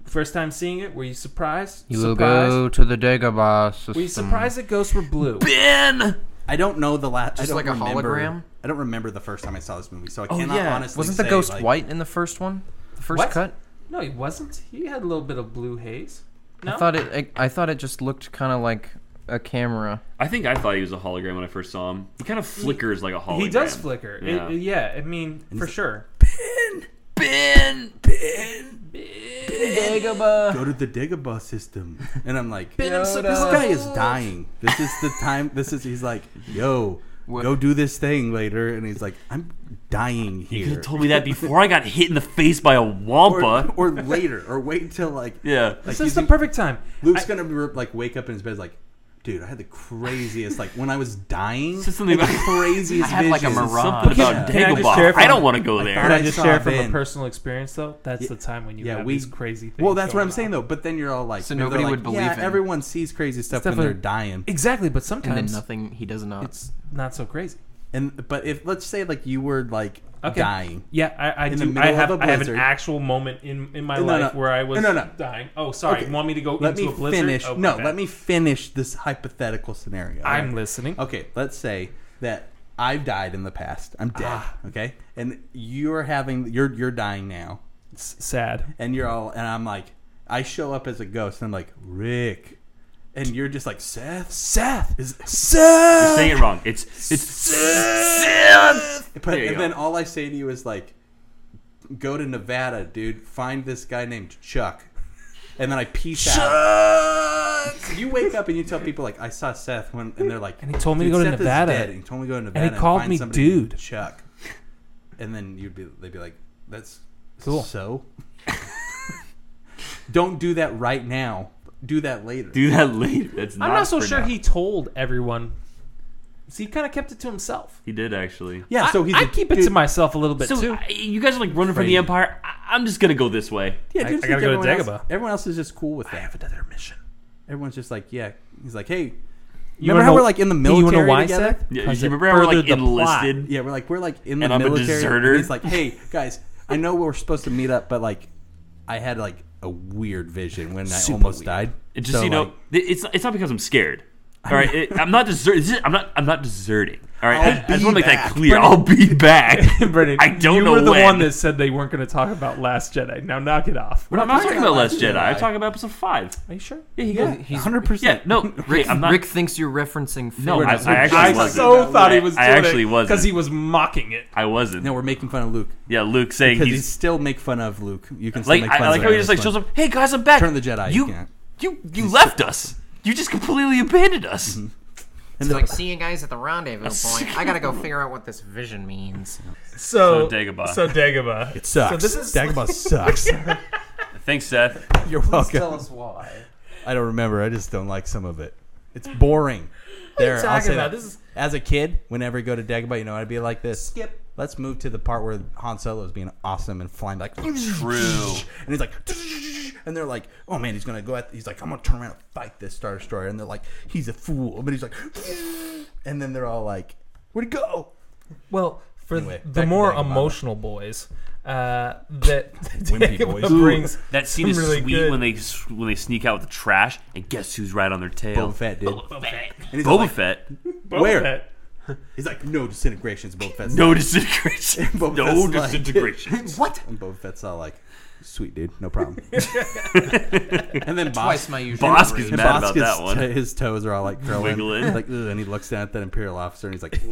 Speaker 2: First time seeing it, were you surprised?
Speaker 3: You will
Speaker 2: surprised?
Speaker 3: go to the Dagobah system.
Speaker 2: Were you surprised that ghosts were blue?
Speaker 1: Ben.
Speaker 4: I don't know the last.
Speaker 3: Just
Speaker 4: I don't
Speaker 3: like a
Speaker 4: remember-
Speaker 3: hologram?
Speaker 4: I don't remember the first time I saw this movie, so I
Speaker 2: Oh,
Speaker 4: cannot
Speaker 1: yeah.
Speaker 4: honestly.
Speaker 3: Oh, Wasn't the
Speaker 4: say,
Speaker 3: ghost
Speaker 4: like-
Speaker 3: white in the first one? The first
Speaker 2: What?
Speaker 3: cut.
Speaker 2: No, he wasn't. He had a little bit of blue haze. No?
Speaker 3: I thought it. I, I thought it just looked kind of like a camera.
Speaker 1: I think I thought he was a hologram when I first saw him. He kind of flickers like a hologram.
Speaker 2: he does flicker. It-
Speaker 1: Yeah.
Speaker 2: it- Yeah, I mean, for sure.
Speaker 1: Ben. Ben.
Speaker 4: Go to the Dagobah system, and I'm like, this guy is dying. This is the time. This is. He's like, yo,
Speaker 3: What-
Speaker 4: go do this thing later, and he's like, I'm dying here.
Speaker 1: You could have told me that before I got hit in the face by a wampa.
Speaker 4: or, or later, or wait until like
Speaker 1: yeah.
Speaker 2: This
Speaker 4: you
Speaker 2: is the
Speaker 4: think-
Speaker 2: perfect time.
Speaker 4: Luke's gonna re- like wake up in his bed like, dude, I had the craziest like when I was dying.
Speaker 1: Said something
Speaker 4: I had
Speaker 1: about-
Speaker 4: the craziest
Speaker 3: I had like a
Speaker 4: visions.
Speaker 3: mirage.
Speaker 1: Something about
Speaker 4: Can
Speaker 2: I just
Speaker 1: Dagobah.
Speaker 2: share
Speaker 1: I, don't
Speaker 2: from-
Speaker 1: want to go
Speaker 4: thought
Speaker 2: Can
Speaker 1: there.
Speaker 2: I
Speaker 4: I
Speaker 2: just
Speaker 4: saw
Speaker 2: share from a
Speaker 4: then-
Speaker 2: personal experience though? That's the time when you
Speaker 4: Yeah,
Speaker 2: have
Speaker 4: we-
Speaker 2: these crazy things.
Speaker 4: Well, that's what
Speaker 2: going
Speaker 4: I'm saying
Speaker 2: on.
Speaker 4: though. But then you're all like,
Speaker 3: So
Speaker 4: they're
Speaker 3: nobody
Speaker 4: like,
Speaker 3: would believe
Speaker 4: yeah,
Speaker 3: in-
Speaker 4: everyone sees crazy stuff when they're
Speaker 2: definitely-
Speaker 4: dying.
Speaker 2: Exactly, but
Speaker 3: and then
Speaker 2: sometimes
Speaker 3: nothing he does not.
Speaker 2: it's not so crazy.
Speaker 4: And but if let's say like you were like
Speaker 2: Okay.
Speaker 4: dying.
Speaker 2: Yeah, I, I
Speaker 4: In the
Speaker 2: do.
Speaker 4: middle
Speaker 2: I have,
Speaker 4: of a
Speaker 2: I have an
Speaker 4: blizzard.
Speaker 2: actual moment in, in my
Speaker 4: No, no,
Speaker 2: life
Speaker 4: no.
Speaker 2: where I was
Speaker 4: No, no, no.
Speaker 2: dying. Oh, sorry.
Speaker 4: Okay.
Speaker 2: You want me to go
Speaker 4: Let
Speaker 2: into a
Speaker 4: me
Speaker 2: blizzard?
Speaker 4: finish.
Speaker 2: Oh,
Speaker 4: no,
Speaker 2: okay.
Speaker 4: let me finish this hypothetical scenario.
Speaker 2: I'm
Speaker 4: Alright?
Speaker 2: listening.
Speaker 4: Okay, let's say that I've died in the past. I'm dead.
Speaker 2: Ah.
Speaker 4: Okay, and you're having you're you're dying now,
Speaker 2: It's sad.
Speaker 4: and you're all and I'm like I show up as a ghost, and I'm like Rick, and you're just like Seth.
Speaker 2: Seth
Speaker 4: Is,
Speaker 1: You're saying
Speaker 4: Seth.
Speaker 1: it wrong. It's it's
Speaker 4: Seth. But
Speaker 1: There you
Speaker 4: and
Speaker 1: go.
Speaker 4: then all I say to you is like, go to Nevada, dude. Find this guy named Chuck. And then I peace out. You wake up and you tell people like I saw Seth when, and they're like,
Speaker 2: And he told me to
Speaker 4: "Dude,
Speaker 2: go to
Speaker 4: Seth is
Speaker 2: Nevada."
Speaker 4: dead. He told me to go to Nevada.
Speaker 2: he called
Speaker 4: find
Speaker 2: me
Speaker 4: somebody named
Speaker 2: dude.
Speaker 4: Chuck. And then you'd be, they'd be like, that's
Speaker 2: Cool.
Speaker 4: So, don't do that right now. Do that later.
Speaker 1: do that later. That's not
Speaker 2: I'm not so
Speaker 1: for
Speaker 2: sure
Speaker 1: now.
Speaker 2: he told everyone. So he kind of kept it to himself.
Speaker 1: He did actually.
Speaker 4: yeah.
Speaker 2: I-
Speaker 4: so he's
Speaker 2: I
Speaker 4: a
Speaker 2: keep it
Speaker 4: dude.
Speaker 2: to myself a little bit
Speaker 1: So
Speaker 2: too.
Speaker 1: I, you guys are like running for the
Speaker 4: Crazy.
Speaker 1: empire. I, I'm just gonna go this way.
Speaker 4: Yeah,
Speaker 2: I-
Speaker 4: dude,
Speaker 2: I
Speaker 4: think
Speaker 2: gotta go to
Speaker 4: everyone
Speaker 2: Dagobah.
Speaker 4: Else, everyone else is just cool with that.
Speaker 2: another mission.
Speaker 4: Everyone's just like, yeah. He's like, hey,
Speaker 2: You
Speaker 4: remember
Speaker 2: wanna
Speaker 4: how
Speaker 2: know-
Speaker 4: we're like in the
Speaker 2: Hey, you wanna
Speaker 4: military
Speaker 2: know why,
Speaker 4: together?
Speaker 2: Seth?
Speaker 1: Yeah,
Speaker 2: 'Cause
Speaker 1: you
Speaker 2: it
Speaker 1: remember how we're like
Speaker 2: furthered the plot.
Speaker 1: enlisted?
Speaker 4: Yeah, we're like we're like in
Speaker 1: And
Speaker 4: the
Speaker 1: I'm a
Speaker 4: military.
Speaker 1: deserter?
Speaker 4: He's like, hey guys, I know we're supposed to meet up, but like, I had like a weird vision when I
Speaker 2: Super
Speaker 4: almost
Speaker 2: weird.
Speaker 4: died.
Speaker 1: It just
Speaker 4: So,
Speaker 1: you know,
Speaker 4: like,
Speaker 1: th- it's it's not because I'm scared. All right, it, I'm not deserting. I'm not. I'm not deserting. All right, I-
Speaker 4: I'll
Speaker 1: I, just
Speaker 4: be
Speaker 1: want to make
Speaker 4: back.
Speaker 1: that clear. I'll be back.
Speaker 2: Brennan,
Speaker 1: I don't
Speaker 2: you
Speaker 1: know
Speaker 2: were the
Speaker 1: when.
Speaker 2: one that said they weren't going to talk about Last Jedi. Now knock it off.
Speaker 1: We're not, I'm not talking about Last Jedi.
Speaker 4: Jedi.
Speaker 1: I'm talking about Episode Five.
Speaker 2: Are you sure?
Speaker 1: Yeah, he
Speaker 4: yeah,
Speaker 1: goes.
Speaker 3: he's-
Speaker 4: 100%.
Speaker 1: Yeah, no, Rick. I'm not.
Speaker 3: Rick thinks you're referencing. Film.
Speaker 1: No, I, I
Speaker 2: I
Speaker 1: actually wasn't.
Speaker 2: so thought he was.
Speaker 1: I
Speaker 2: doing
Speaker 1: actually
Speaker 2: it
Speaker 1: wasn't.
Speaker 2: because he was mocking it.
Speaker 1: I wasn't.
Speaker 4: No, we're making fun of Luke
Speaker 1: Yeah, Luke saying
Speaker 4: because
Speaker 1: he's,
Speaker 4: he still make fun of Luke. You can still
Speaker 1: like.
Speaker 4: make fun
Speaker 1: I, I like
Speaker 4: of
Speaker 1: how
Speaker 4: him.
Speaker 1: he just like
Speaker 4: It's
Speaker 1: shows
Speaker 4: fun.
Speaker 1: up. Hey guys, I'm back.
Speaker 4: Turn the Jedi.
Speaker 1: You
Speaker 4: You can't.
Speaker 1: you you left us. You just completely abandoned us.
Speaker 4: And
Speaker 3: He's
Speaker 4: the-
Speaker 3: like, see you guys at the rendezvous point. I gotta go figure out what this vision means.
Speaker 2: So,
Speaker 1: So Dagobah.
Speaker 2: So Dagobah. It
Speaker 4: sucks.
Speaker 2: So this is
Speaker 4: Dagobah sucks.
Speaker 1: Thanks, Seth.
Speaker 4: You're welcome.
Speaker 3: us why.
Speaker 4: I don't remember. I just don't like some of it. It's boring. There,
Speaker 2: talking
Speaker 4: I'll say
Speaker 2: about?
Speaker 4: that.
Speaker 2: This is-
Speaker 4: As a kid, whenever I go to Dagobah, you know, I'd be like this. Skip. Let's move to the part where Han Solo is being awesome and flying like. True. And he's like, and they're like, oh man, he's gonna go at. He's like, I'm gonna turn around and fight this Star Destroyer, and they're like, he's a fool. But he's like, and then they're all like, where'd he go?
Speaker 2: well for
Speaker 4: Anyway,
Speaker 2: the
Speaker 4: back to
Speaker 2: more
Speaker 4: Dagobah.
Speaker 2: emotional boys uh, that
Speaker 4: Wimpy
Speaker 2: Dagobah
Speaker 4: boys.
Speaker 2: brings.
Speaker 1: That scene is
Speaker 2: really
Speaker 1: sweet
Speaker 2: good.
Speaker 1: when they when they sneak out with the trash, and guess who's right on their tail?
Speaker 4: Boba Fett, dude.
Speaker 1: Boba Fett.
Speaker 4: And he's
Speaker 1: Boba
Speaker 4: like,
Speaker 1: Fett.
Speaker 2: Boba
Speaker 4: Where?
Speaker 2: Fett.
Speaker 4: He's like, no disintegrations, Boba Fett.
Speaker 1: No disintegration.
Speaker 4: Boba
Speaker 1: no
Speaker 4: Fett's like-
Speaker 1: disintegration.
Speaker 3: What?
Speaker 4: And Boba Fett's all like, sweet dude, no problem. and then Boss,
Speaker 3: Twice my usual.
Speaker 1: Bosk
Speaker 3: rate.
Speaker 1: is mad about
Speaker 4: Bosk's
Speaker 1: that one.
Speaker 4: t- his toes are all like curling.
Speaker 1: Wiggling.
Speaker 4: Like, "Ugh," and he looks down at that Imperial officer and he's like, and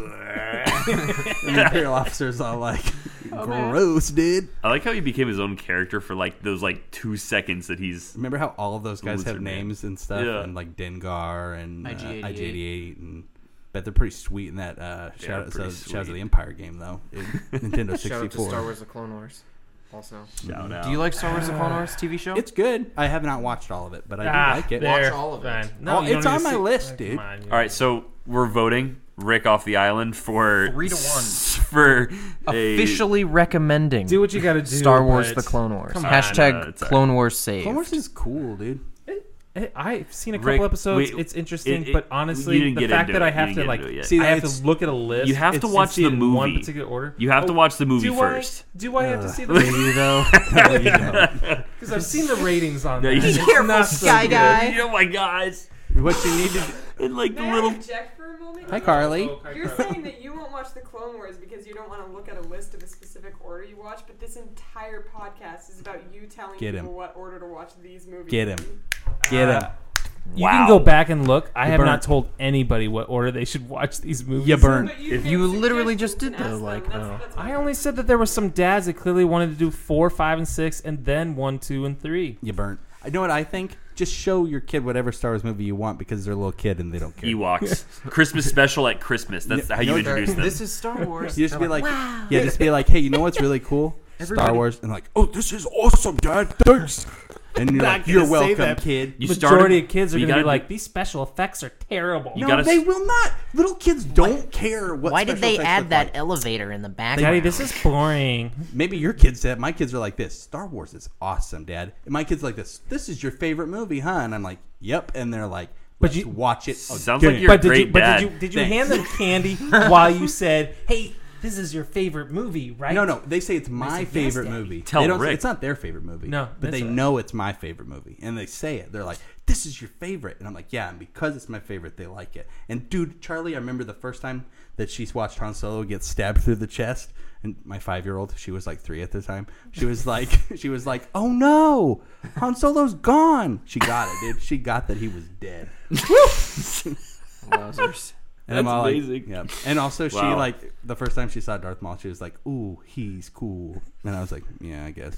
Speaker 4: the Imperial officer's all like,
Speaker 3: Oh,
Speaker 4: gross, dude.
Speaker 1: I like how he became his own character for like those like two seconds that he's.
Speaker 4: Remember how all of those guys
Speaker 1: Lizard
Speaker 4: have
Speaker 1: man.
Speaker 4: names and stuff?
Speaker 1: Yeah.
Speaker 4: And like Dengar and uh,
Speaker 3: IG-88.
Speaker 4: IG-88 and. But they're pretty sweet in that uh,
Speaker 1: They
Speaker 4: Shadow,
Speaker 1: are pretty
Speaker 4: so, Shadows of
Speaker 1: sweet.
Speaker 4: the Empire game, though. in Nintendo 64.
Speaker 3: Shout out to Star Wars: The Clone Wars. Also,
Speaker 1: Shout out.
Speaker 3: do you like Star Wars: The Clone Wars TV show?
Speaker 4: It's good. I have not watched all of it, but I do
Speaker 2: Ah,
Speaker 4: like it.
Speaker 2: there.
Speaker 3: Watch all of it.
Speaker 2: Fine.
Speaker 4: Oh,
Speaker 2: you don't
Speaker 4: it's
Speaker 2: need
Speaker 4: on
Speaker 2: to
Speaker 4: my
Speaker 2: see-
Speaker 4: list,
Speaker 2: Oh,
Speaker 4: dude.
Speaker 2: come on, you-
Speaker 1: All right, so we're voting Rick off the island for
Speaker 3: Three to one.
Speaker 1: for a-
Speaker 3: Officially recommending
Speaker 2: Do what you got to do.
Speaker 3: Star Wars:
Speaker 2: but-
Speaker 3: The Clone Wars.
Speaker 2: Come on.
Speaker 3: Hashtag
Speaker 1: uh, it's all
Speaker 3: Clone Wars save.
Speaker 4: Clone Wars is cool, dude.
Speaker 2: I- I've seen a couple
Speaker 1: Rick,
Speaker 2: episodes.
Speaker 1: we-
Speaker 2: it's interesting,
Speaker 1: it- it-
Speaker 2: but
Speaker 1: you
Speaker 2: honestly,
Speaker 1: didn't
Speaker 2: the
Speaker 1: get
Speaker 2: fact
Speaker 1: into
Speaker 2: that I
Speaker 1: it. You
Speaker 2: have
Speaker 1: didn't
Speaker 2: to
Speaker 1: get
Speaker 2: like
Speaker 1: into it yet.
Speaker 4: See,
Speaker 2: I have
Speaker 4: it's-
Speaker 2: to look at a list.
Speaker 1: You have to
Speaker 2: it's- and
Speaker 1: watch
Speaker 2: see
Speaker 1: the
Speaker 2: it in one
Speaker 1: movie.
Speaker 2: particular order.
Speaker 1: You have to
Speaker 2: Oh,
Speaker 1: watch the movie
Speaker 2: do
Speaker 1: first.
Speaker 2: I, do I have to see the
Speaker 4: Do you though?
Speaker 2: Because I've seen the ratings on
Speaker 1: Yeah,
Speaker 2: that.
Speaker 1: you-
Speaker 2: It's
Speaker 1: Careful,
Speaker 2: not so good.
Speaker 1: Oh my gosh!
Speaker 4: what you need to do.
Speaker 1: And like the
Speaker 5: May
Speaker 1: little
Speaker 5: I object for a moment?
Speaker 4: Hi, Carly.
Speaker 5: You're saying that you won't watch the Clone Wars because you don't want to look at a list of a specific order you watch, but this entire podcast is about you telling
Speaker 4: Get him.
Speaker 5: people what order to watch these movies.
Speaker 4: Get him. Get him.
Speaker 2: You
Speaker 1: Wow.
Speaker 2: can go back and look. I have
Speaker 4: burnt.
Speaker 2: not told anybody what order they should watch these movies.
Speaker 4: You
Speaker 2: in.
Speaker 4: burnt.
Speaker 5: But you,
Speaker 1: If
Speaker 5: make
Speaker 3: you literally
Speaker 5: suggestions
Speaker 3: just did
Speaker 5: and ask
Speaker 3: though,
Speaker 5: them.
Speaker 3: like, oh.
Speaker 5: That's-
Speaker 3: no.
Speaker 5: that's what
Speaker 2: I
Speaker 5: I'm
Speaker 2: only said that there were some dads that clearly wanted to do four, five, and six, and then one, two, and three.
Speaker 4: You burnt. I know what I think. Just show your kid whatever Star Wars movie you want because they're a little kid and they don't care.
Speaker 1: Ewoks. Christmas special at Christmas. That's how you
Speaker 4: no,
Speaker 1: introduce them.
Speaker 3: This is Star Wars.
Speaker 4: You just be like, yeah, just be like, hey, you know what's really cool? Star Wars, and like, oh, this is awesome, Dad. Thanks. And you're
Speaker 2: Not
Speaker 4: like,
Speaker 2: gonna
Speaker 4: you're
Speaker 2: say
Speaker 4: welcome,
Speaker 2: that.
Speaker 4: kid.
Speaker 1: you
Speaker 2: Majority of kids are
Speaker 1: you
Speaker 2: going to be
Speaker 1: gotta-
Speaker 2: like, these special effects are terrible.
Speaker 1: You
Speaker 4: no,
Speaker 1: gotta-
Speaker 4: they will not. Little kids don't care what.
Speaker 6: Why did they
Speaker 4: special effects
Speaker 6: add
Speaker 4: look
Speaker 6: that
Speaker 4: like.
Speaker 6: elevator in the back?
Speaker 2: Daddy, this is boring.
Speaker 4: Maybe your kids said my kids are like this. Star Wars is awesome, Dad. And my kids like this. This is your favorite movie, huh? And I'm like, yep. And they're like,
Speaker 2: But
Speaker 4: let's
Speaker 2: you-
Speaker 4: watch it.
Speaker 1: Sounds
Speaker 4: again.
Speaker 1: like you're a
Speaker 2: but did
Speaker 1: great
Speaker 2: you,
Speaker 1: dad.
Speaker 2: But did you did you
Speaker 4: Thanks.
Speaker 2: hand them candy while you said, "Hey, this is your favorite movie, right?"
Speaker 4: No, no. They say it's my
Speaker 2: say, "Yes,
Speaker 4: favorite
Speaker 2: Daddy."
Speaker 4: movie.
Speaker 1: Tell
Speaker 4: they don't say-
Speaker 1: Rick.
Speaker 4: it's not their favorite movie.
Speaker 2: No,
Speaker 4: but
Speaker 2: that's
Speaker 4: they
Speaker 2: right.
Speaker 4: know it's my favorite movie, and they say it. They're like, "This is your favorite," and I'm like, "Yeah." And because it's my favorite, they like it. And dude, Charlie, I remember the first time that she watched Han Solo get stabbed through the chest, and my five year old, she was like three at the time. She was like, she was like, "Oh no, Han Solo's gone." She got it, dude. She got that he was dead.
Speaker 3: Wowzers.
Speaker 4: And I'm
Speaker 1: That's
Speaker 4: all like-
Speaker 1: amazing.
Speaker 4: yeah. And also, she
Speaker 1: Wow.
Speaker 4: like the first time she saw Darth Maul, she was like, "Ooh, he's cool," and I was like, "Yeah, I guess."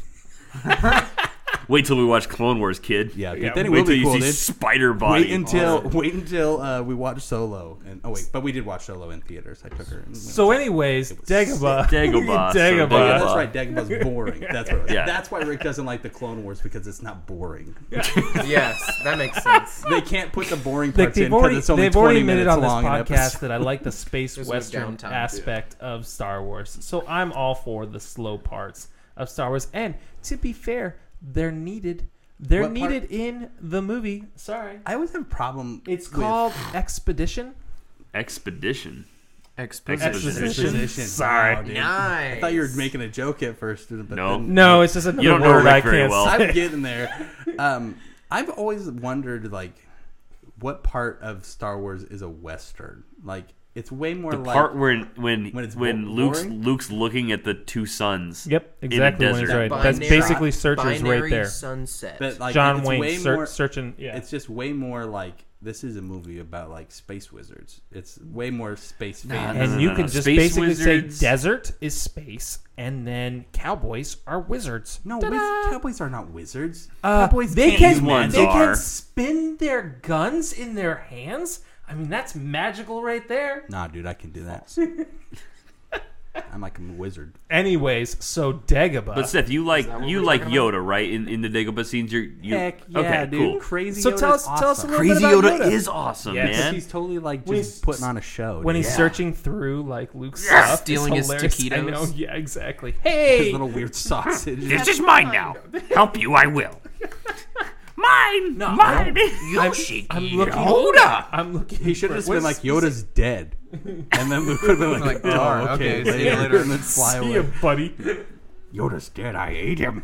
Speaker 1: Wait till we watch Clone Wars, kid.
Speaker 4: Yeah, but
Speaker 2: Yeah,
Speaker 4: then it
Speaker 1: Wait
Speaker 4: will
Speaker 1: till
Speaker 4: be
Speaker 1: you
Speaker 4: cool,
Speaker 1: see
Speaker 4: dude.
Speaker 1: Spider Body.
Speaker 4: Wait until wait until uh, we watch Solo, and oh wait, but we did watch Solo in theaters. I took her. And
Speaker 2: So, anyways, Dagobah.
Speaker 1: Dagobah,
Speaker 2: Dagobah.
Speaker 1: so
Speaker 4: Oh, yeah,
Speaker 1: Dagobah.
Speaker 4: that's right. Dagobah's boring. That's what.
Speaker 1: Yeah.
Speaker 4: That's why Rick doesn't like the Clone Wars because it's not boring.
Speaker 3: yes, that makes sense.
Speaker 4: They can't put the boring
Speaker 2: Like,
Speaker 4: parts in
Speaker 2: they've already,
Speaker 4: because it's only
Speaker 2: they've already
Speaker 4: twenty
Speaker 2: admitted
Speaker 4: minutes
Speaker 2: on this
Speaker 4: long. an
Speaker 2: podcast
Speaker 4: episode.
Speaker 2: that I like the space
Speaker 3: There's no
Speaker 2: western
Speaker 3: downtime.
Speaker 2: aspect of Star Wars. So I'm all for the slow parts of Star Wars. And to be fair, they're needed. They're
Speaker 4: What part?
Speaker 2: needed in the movie. Sorry.
Speaker 4: I always have a problem.
Speaker 2: It's
Speaker 4: with-
Speaker 2: called Expedition.
Speaker 1: Expedition.
Speaker 3: Exposition.
Speaker 1: Exposition.
Speaker 4: Exposition.
Speaker 2: Sorry.
Speaker 4: Wow, dude.
Speaker 3: Nice.
Speaker 4: I thought you were making a joke at first, but
Speaker 1: No.
Speaker 4: then-
Speaker 2: No, it's just another
Speaker 1: don't know
Speaker 2: word
Speaker 1: Rick
Speaker 2: I
Speaker 1: very
Speaker 2: can't
Speaker 1: well.
Speaker 2: say.
Speaker 4: I'm getting there. Um, I've always wondered, like, what part of Star Wars is a western? Like, it's way more
Speaker 1: The
Speaker 4: like
Speaker 1: part where when
Speaker 4: When it's
Speaker 1: when,
Speaker 4: bo-
Speaker 1: Luke's
Speaker 4: boring?
Speaker 1: Luke's looking at the two suns.
Speaker 2: Yep, exactly.
Speaker 1: In a
Speaker 2: when it's
Speaker 1: desert.
Speaker 2: right.
Speaker 3: That
Speaker 2: That's
Speaker 3: binary-
Speaker 2: basically searchers right
Speaker 3: binary
Speaker 2: there.
Speaker 3: Sunset.
Speaker 4: that, like,
Speaker 2: John
Speaker 4: it's way
Speaker 2: Wayne ser-
Speaker 4: more-
Speaker 2: searching. Yeah.
Speaker 4: It's just way more like this is a movie about like space wizards. It's way more space fan.
Speaker 1: no,
Speaker 2: and
Speaker 1: no,
Speaker 2: you
Speaker 1: no,
Speaker 2: can
Speaker 1: no.
Speaker 2: just
Speaker 1: Space
Speaker 2: basically
Speaker 1: wizards.
Speaker 2: say desert is space, and then cowboys are wizards.
Speaker 4: no,
Speaker 2: Ta-da!
Speaker 4: wiz- cowboys are not wizards.
Speaker 2: Uh,
Speaker 4: cowboys
Speaker 2: they
Speaker 4: can't
Speaker 2: can
Speaker 4: do
Speaker 1: ones
Speaker 2: they
Speaker 1: are.
Speaker 2: can spin their guns in their hands. I mean, that's magical right there.
Speaker 4: Nah, dude, I can do that. I'm like I'm a wizard.
Speaker 2: Anyways, so Dagobah.
Speaker 1: But Seth, you like
Speaker 3: that what
Speaker 1: you
Speaker 3: we're
Speaker 1: like
Speaker 3: talking about?
Speaker 1: Yoda, right? In in the Dagobah scenes, you're you
Speaker 4: Heck yeah,
Speaker 1: okay,
Speaker 4: dude.
Speaker 1: cool.
Speaker 4: Crazy.
Speaker 2: so
Speaker 4: Yoda's
Speaker 2: tell us, tell us a
Speaker 4: awesome.
Speaker 2: little
Speaker 1: Crazy
Speaker 2: bit about
Speaker 1: Yoda,
Speaker 2: Yoda.
Speaker 1: is awesome,
Speaker 2: Yes.
Speaker 1: man.
Speaker 4: He's totally like
Speaker 2: When
Speaker 4: just
Speaker 2: he's-
Speaker 4: putting on a show.
Speaker 2: when
Speaker 4: dude.
Speaker 2: he's searching through like Luke's
Speaker 1: Yeah.
Speaker 2: stuff,
Speaker 3: Stealing
Speaker 2: it's
Speaker 3: his
Speaker 2: hilarious. I
Speaker 3: taquitos.
Speaker 2: know, yeah, exactly.
Speaker 4: his
Speaker 2: Hey,
Speaker 4: little weird sausage.
Speaker 1: This is mine now. Help you, I will. Mine, mine. Yoshi,
Speaker 2: I'm looking.
Speaker 1: Yoda.
Speaker 2: I'm looking.
Speaker 4: He should
Speaker 2: for-
Speaker 4: have just been
Speaker 2: what's-
Speaker 4: like, "Yoda's dead," and then Luke would have been like,
Speaker 3: Like, darn,
Speaker 4: "Oh, okay,
Speaker 3: okay, see
Speaker 4: later,"
Speaker 3: you later.
Speaker 4: and then fly
Speaker 2: See
Speaker 4: away.
Speaker 2: ya, buddy.
Speaker 4: Yoda's dead. I ate him.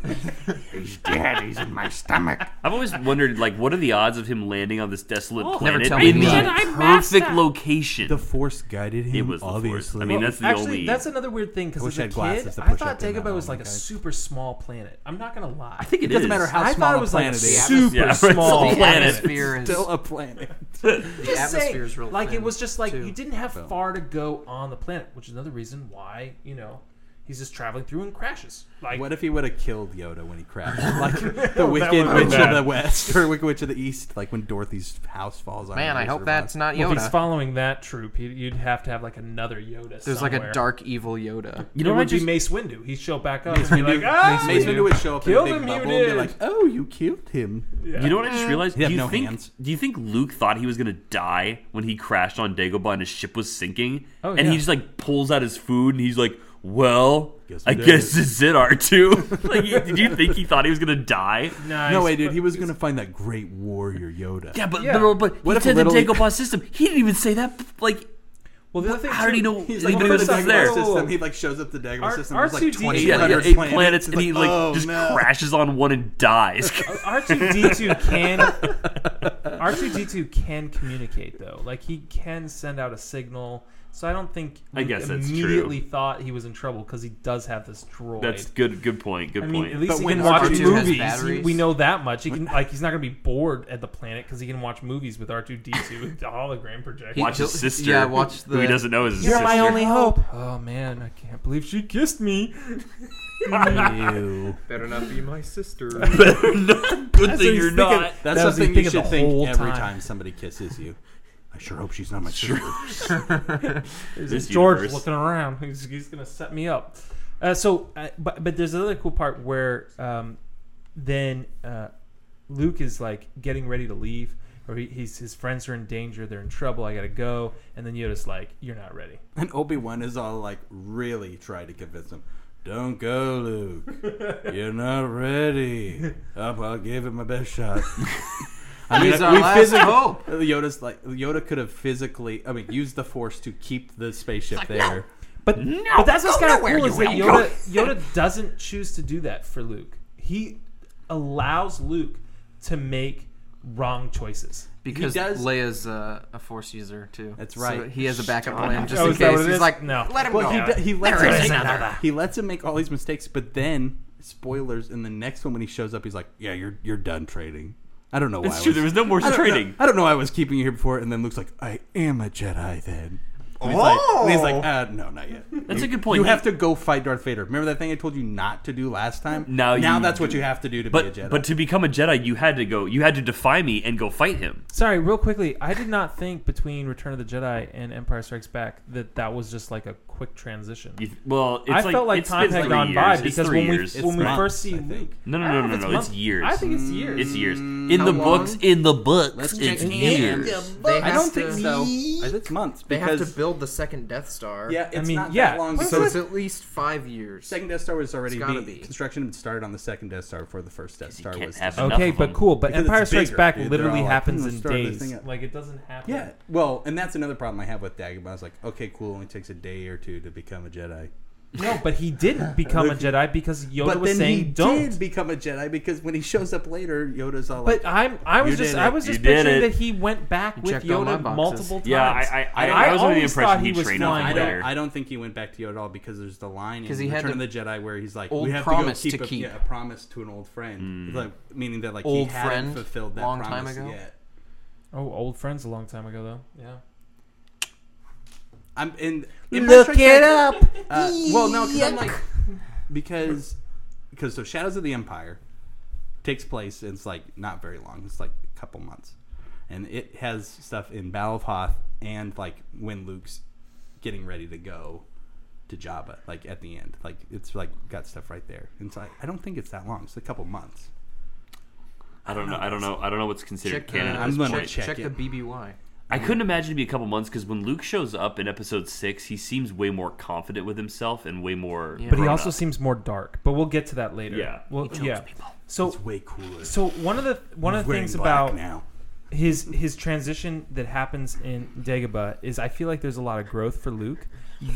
Speaker 4: He's dead. He's in my stomach.
Speaker 1: I've always wondered, like, what are the odds of him landing on this desolate
Speaker 4: Oh.
Speaker 3: Never
Speaker 1: planet
Speaker 3: tell me
Speaker 1: in the
Speaker 3: that.
Speaker 1: perfect location?
Speaker 4: The Force guided him.
Speaker 1: it was the Force.
Speaker 4: obviously.
Speaker 1: I mean, that's the
Speaker 2: Actually,
Speaker 1: only.
Speaker 2: that's another weird thing because
Speaker 4: Wish
Speaker 2: as
Speaker 4: I
Speaker 2: a
Speaker 4: had glasses
Speaker 2: kid,
Speaker 4: to
Speaker 2: I
Speaker 4: push
Speaker 2: thought
Speaker 4: up in that
Speaker 2: Dagobah was
Speaker 4: one,
Speaker 2: like a
Speaker 4: guys.
Speaker 2: super small planet. I'm not gonna lie.
Speaker 1: I think
Speaker 4: it doesn't matter how
Speaker 2: I
Speaker 4: small
Speaker 2: thought
Speaker 4: a
Speaker 2: it was like
Speaker 4: planet is.
Speaker 3: Yeah,
Speaker 2: super
Speaker 1: yeah, it's
Speaker 2: small
Speaker 1: a
Speaker 3: the
Speaker 1: planet.
Speaker 3: atmosphere is
Speaker 4: Still a planet.
Speaker 3: the
Speaker 2: Just
Speaker 3: atmosphere
Speaker 2: saying,
Speaker 3: is real.
Speaker 2: like it
Speaker 3: thin,
Speaker 2: was just like
Speaker 3: too.
Speaker 2: you didn't have
Speaker 4: So.
Speaker 2: far to go on the planet, which is another reason why you know he's just traveling through and crashes. Like
Speaker 4: What if he would have killed Yoda when he crashed? Like the Wicked
Speaker 2: would've
Speaker 4: Witch
Speaker 2: been
Speaker 4: of the
Speaker 2: bad.
Speaker 4: West or Wicked Witch of the East, like when Dorothy's house falls on.
Speaker 3: Man,
Speaker 4: her
Speaker 3: I hope
Speaker 4: reservoir.
Speaker 3: that's not
Speaker 2: well, if he's
Speaker 3: Yoda.
Speaker 2: following that troop, he- you'd have to have like another Yoda.
Speaker 3: There's like a
Speaker 2: somewhere.
Speaker 3: dark evil Yoda.
Speaker 1: you
Speaker 2: It
Speaker 1: know
Speaker 2: would
Speaker 1: what?
Speaker 2: be
Speaker 1: Just,
Speaker 2: Mace Windu. He'd show back up. and be like,
Speaker 4: Windu-
Speaker 2: ah!
Speaker 4: Mace Windu would show up in a
Speaker 2: Killed
Speaker 4: big
Speaker 2: him, you
Speaker 4: bubble and be
Speaker 2: did.
Speaker 4: like, "Oh, you killed him."
Speaker 1: you know what? I just realized.
Speaker 4: He'd have
Speaker 1: do you
Speaker 4: no
Speaker 1: think?
Speaker 4: hands.
Speaker 1: Do you think Luke thought he was gonna die when he crashed on Dagobah and his ship was sinking?
Speaker 2: Oh,
Speaker 1: and he
Speaker 2: yeah.
Speaker 1: just like pulls out his food and he's like, "Well,
Speaker 4: Guess
Speaker 1: I
Speaker 4: we did
Speaker 1: guess
Speaker 4: it."
Speaker 1: it's it, R two. like, did you think he thought he was gonna die?
Speaker 2: Nice.
Speaker 4: No way, dude. He was gonna find that great warrior Yoda.
Speaker 1: but
Speaker 2: Yeah. but-
Speaker 4: What if said the literally-
Speaker 1: system. He didn't even say that. Like,
Speaker 2: Well, the other thing
Speaker 1: How did he
Speaker 2: too-
Speaker 1: know-
Speaker 4: He's
Speaker 1: Like,
Speaker 4: like,
Speaker 1: the
Speaker 4: the
Speaker 1: first
Speaker 4: Dagobah
Speaker 1: time- Whoa,
Speaker 2: whoa,
Speaker 4: system.
Speaker 2: whoa.
Speaker 4: He like shows up the Dagobah
Speaker 2: R-
Speaker 4: system. There's like
Speaker 2: R2D2
Speaker 4: twenty
Speaker 1: yeah,
Speaker 2: Planet
Speaker 1: there are
Speaker 4: planets.
Speaker 1: eight planets, and
Speaker 4: He's
Speaker 1: he like
Speaker 4: "Oh,
Speaker 1: just
Speaker 4: no."
Speaker 1: crashes on one and dies.
Speaker 2: R two D two can R two D two can communicate though. Like he can send out a signal. So I don't think
Speaker 1: I
Speaker 2: Luke
Speaker 1: guess that's
Speaker 2: immediately thought he was in trouble because he does have this droid.
Speaker 1: That's good. Good point. Good
Speaker 2: I mean,
Speaker 1: point.
Speaker 2: at least
Speaker 4: But
Speaker 2: he
Speaker 4: when
Speaker 2: can watch
Speaker 4: R2
Speaker 3: has
Speaker 2: movies. He-
Speaker 3: batteries-
Speaker 2: we know that much. He can like he's not gonna be bored at the planet because he can watch movies with R two D two with the hologram projector.
Speaker 1: watch his
Speaker 3: he'll-
Speaker 1: sister.
Speaker 3: yeah, watch
Speaker 1: Who he
Speaker 3: the-
Speaker 1: doesn't know is his
Speaker 2: You're
Speaker 1: sister.
Speaker 2: my only hope. Oh man, I can't believe she kissed me.
Speaker 4: Ew.
Speaker 6: Better not be my sister.
Speaker 1: Good
Speaker 2: That's what
Speaker 1: thing
Speaker 2: he's
Speaker 1: you're
Speaker 2: thinking.
Speaker 1: not.
Speaker 4: That's
Speaker 2: That was
Speaker 4: something
Speaker 2: the
Speaker 4: you
Speaker 2: thing of
Speaker 4: should
Speaker 2: the
Speaker 4: think
Speaker 2: whole
Speaker 4: every
Speaker 2: time.
Speaker 4: time somebody kisses you. I sure hope she's not my sister.
Speaker 1: This
Speaker 2: George
Speaker 1: universe.
Speaker 2: looking around. He's, he's gonna set me up. Uh, so, uh, but but there's another cool part where um, then uh, Luke is like getting ready to leave, or he, he's his friends are in danger. They're in trouble. I gotta go. And then Yoda's like, "You're not ready."
Speaker 4: And Obi Wan is all like, really trying to convince him. Don't go, Luke. You're not ready. Up, I'll give it my best shot. I
Speaker 3: He's our last hope.
Speaker 4: Yoda's like Yoda could have physically, I mean, used the Force to keep the spaceship there.
Speaker 2: But, but that's what's kind of cool is that Yoda, Yoda doesn't choose to do that for Luke. He allows Luke to make wrong choices.
Speaker 3: Because
Speaker 4: He does-
Speaker 3: Leia's uh, a Force user too.
Speaker 4: That's
Speaker 3: So
Speaker 4: right.
Speaker 3: he has a backup plan just
Speaker 2: Oh,
Speaker 3: in
Speaker 2: is that
Speaker 3: case.
Speaker 2: what it
Speaker 3: He's
Speaker 2: is?
Speaker 3: like,
Speaker 2: No.
Speaker 3: let him
Speaker 4: Well,
Speaker 3: go.
Speaker 4: he, d- he lets
Speaker 3: There
Speaker 4: him
Speaker 3: is
Speaker 4: make,
Speaker 3: another.
Speaker 4: he lets him make all these mistakes, but then spoilers in the next one when he shows up, he's like, "Yeah, you're you're done trading." I don't know why.
Speaker 1: It's
Speaker 4: I
Speaker 1: true. There was no more
Speaker 4: I don't know-
Speaker 1: trading.
Speaker 4: I don't know. why I was keeping you here before, and then Luke's like, "I am a Jedi." Then. And he's like, and he's like, uh, no, not yet.
Speaker 1: Oh. That's
Speaker 4: You-
Speaker 1: a good point.
Speaker 4: You have to go fight Darth Vader. Remember that thing I told you not to do last time?
Speaker 1: Now
Speaker 4: now
Speaker 1: you
Speaker 4: that's
Speaker 1: do.
Speaker 4: what you have to do to
Speaker 1: But
Speaker 4: be a Jedi.
Speaker 1: but to become a Jedi, you had to go. You had to defy me and go fight him.
Speaker 2: Sorry, real quickly, I did not think between Return of the Jedi and Empire Strikes Back that that was just like a quick transition.
Speaker 1: You th- well, it's
Speaker 2: I
Speaker 1: like,
Speaker 2: felt like
Speaker 1: it's
Speaker 2: time
Speaker 1: been
Speaker 2: had
Speaker 1: three
Speaker 2: gone
Speaker 1: years.
Speaker 2: by
Speaker 1: It's
Speaker 2: because
Speaker 1: three
Speaker 2: when we
Speaker 1: years.
Speaker 2: when we
Speaker 4: months,
Speaker 2: first see
Speaker 4: I
Speaker 2: Luke,
Speaker 4: think.
Speaker 1: no,
Speaker 2: I
Speaker 1: no,
Speaker 2: don't
Speaker 1: no,
Speaker 2: know
Speaker 1: no,
Speaker 2: if
Speaker 1: no,
Speaker 2: months.
Speaker 1: It's years.
Speaker 2: I think it's years.
Speaker 1: It's years. In
Speaker 3: Mm, how
Speaker 1: the
Speaker 3: long?
Speaker 1: books. In the books.
Speaker 3: Let's check
Speaker 1: it's
Speaker 3: hands.
Speaker 1: years.
Speaker 3: They
Speaker 4: I
Speaker 3: have
Speaker 4: don't
Speaker 3: to-
Speaker 4: think
Speaker 3: so-
Speaker 4: I think it's months
Speaker 3: They have
Speaker 4: because
Speaker 3: to build the second Death Star.
Speaker 4: yeah, it's
Speaker 2: I mean,
Speaker 4: not
Speaker 2: yeah.
Speaker 4: that long.
Speaker 3: So it's at least five years.
Speaker 4: Second Death Star was already
Speaker 3: It's gotta
Speaker 4: be-
Speaker 3: be.
Speaker 4: construction started on the second Death Star before the first Death
Speaker 1: You
Speaker 4: Star
Speaker 1: can't
Speaker 4: was.
Speaker 1: have
Speaker 4: destroyed.
Speaker 1: enough
Speaker 2: Okay,
Speaker 1: of
Speaker 2: but
Speaker 1: them.
Speaker 2: cool. But
Speaker 4: Because it's
Speaker 2: Empire Strikes
Speaker 4: bigger,
Speaker 2: Back
Speaker 4: dude. They're
Speaker 2: literally
Speaker 4: all like,
Speaker 2: happens
Speaker 4: "Hmm,
Speaker 2: in
Speaker 4: let's start this thing
Speaker 2: days.
Speaker 4: up."
Speaker 2: Like it doesn't happen.
Speaker 4: Yeah, well, and that's another problem I have with Dagobah. I was like, okay, cool, only takes a day or two to become a Jedi.
Speaker 2: No, but he didn't become a Jedi because Yoda
Speaker 4: but
Speaker 2: was
Speaker 4: then
Speaker 2: saying
Speaker 4: he
Speaker 2: don't.
Speaker 4: did become a Jedi because when he shows up later, Yoda's all like,
Speaker 2: but I'm I was
Speaker 4: You
Speaker 2: just
Speaker 4: did
Speaker 2: I
Speaker 4: it.
Speaker 2: was
Speaker 1: You
Speaker 2: just
Speaker 1: did
Speaker 2: picturing
Speaker 1: it.
Speaker 2: that he went back with
Speaker 3: checked all my
Speaker 2: Yoda
Speaker 3: boxes.
Speaker 2: multiple times.
Speaker 1: Yeah, I- I- I-
Speaker 2: I
Speaker 1: I was under the
Speaker 2: always
Speaker 1: impression
Speaker 2: thought
Speaker 1: he
Speaker 2: was
Speaker 1: trained off
Speaker 2: flying
Speaker 4: I
Speaker 1: of
Speaker 2: back.
Speaker 1: Later.
Speaker 4: don't, I don't think he went back to Yoda at all because there's the line in
Speaker 3: 'Cause he had
Speaker 4: Return
Speaker 3: to-
Speaker 4: of the Jedi where he's like,
Speaker 3: Old
Speaker 4: "We have
Speaker 3: promise
Speaker 4: to,
Speaker 3: to
Speaker 4: go keep a,
Speaker 3: keep. Hmm.
Speaker 4: yeah, a promise to an old friend," like, meaning that like
Speaker 3: Old
Speaker 4: he hadn't
Speaker 3: friend,
Speaker 4: fulfilled that
Speaker 3: long time
Speaker 4: promise
Speaker 3: ago.
Speaker 4: yet.
Speaker 2: Oh, old friends a long time ago though. Yeah.
Speaker 4: I'm in. Look it up. Uh, well, no, because I'm like because because so Shadows of the Empire takes place. And it's like not very long. It's like a couple months, and it has stuff in Battle of Hoth and like when Luke's getting ready to go to Jabba, like at the end. Like it's like got stuff right there. And so I, I don't think it's that long. It's a couple months.
Speaker 1: I don't know. I don't know. I don't know what's considered
Speaker 3: Check,
Speaker 1: canon.
Speaker 3: uh,
Speaker 1: at this
Speaker 4: I'm gonna
Speaker 1: point.
Speaker 4: check
Speaker 3: check the
Speaker 4: it.
Speaker 3: BBY.
Speaker 1: I couldn't imagine it'd be a couple months because when Luke shows up in Episode Six, he seems way more confident with himself and way more.
Speaker 3: Yeah.
Speaker 2: But he
Speaker 1: grown
Speaker 2: also
Speaker 1: up.
Speaker 2: seems more dark. But we'll get to that later.
Speaker 1: Yeah.
Speaker 2: Well, yeah. So
Speaker 4: It's way cooler.
Speaker 2: so one of the one of the
Speaker 4: Wearing
Speaker 2: things
Speaker 4: black
Speaker 2: about
Speaker 4: now.
Speaker 2: his his transition that happens in Dagobah is I feel like there's a lot of growth for Luke,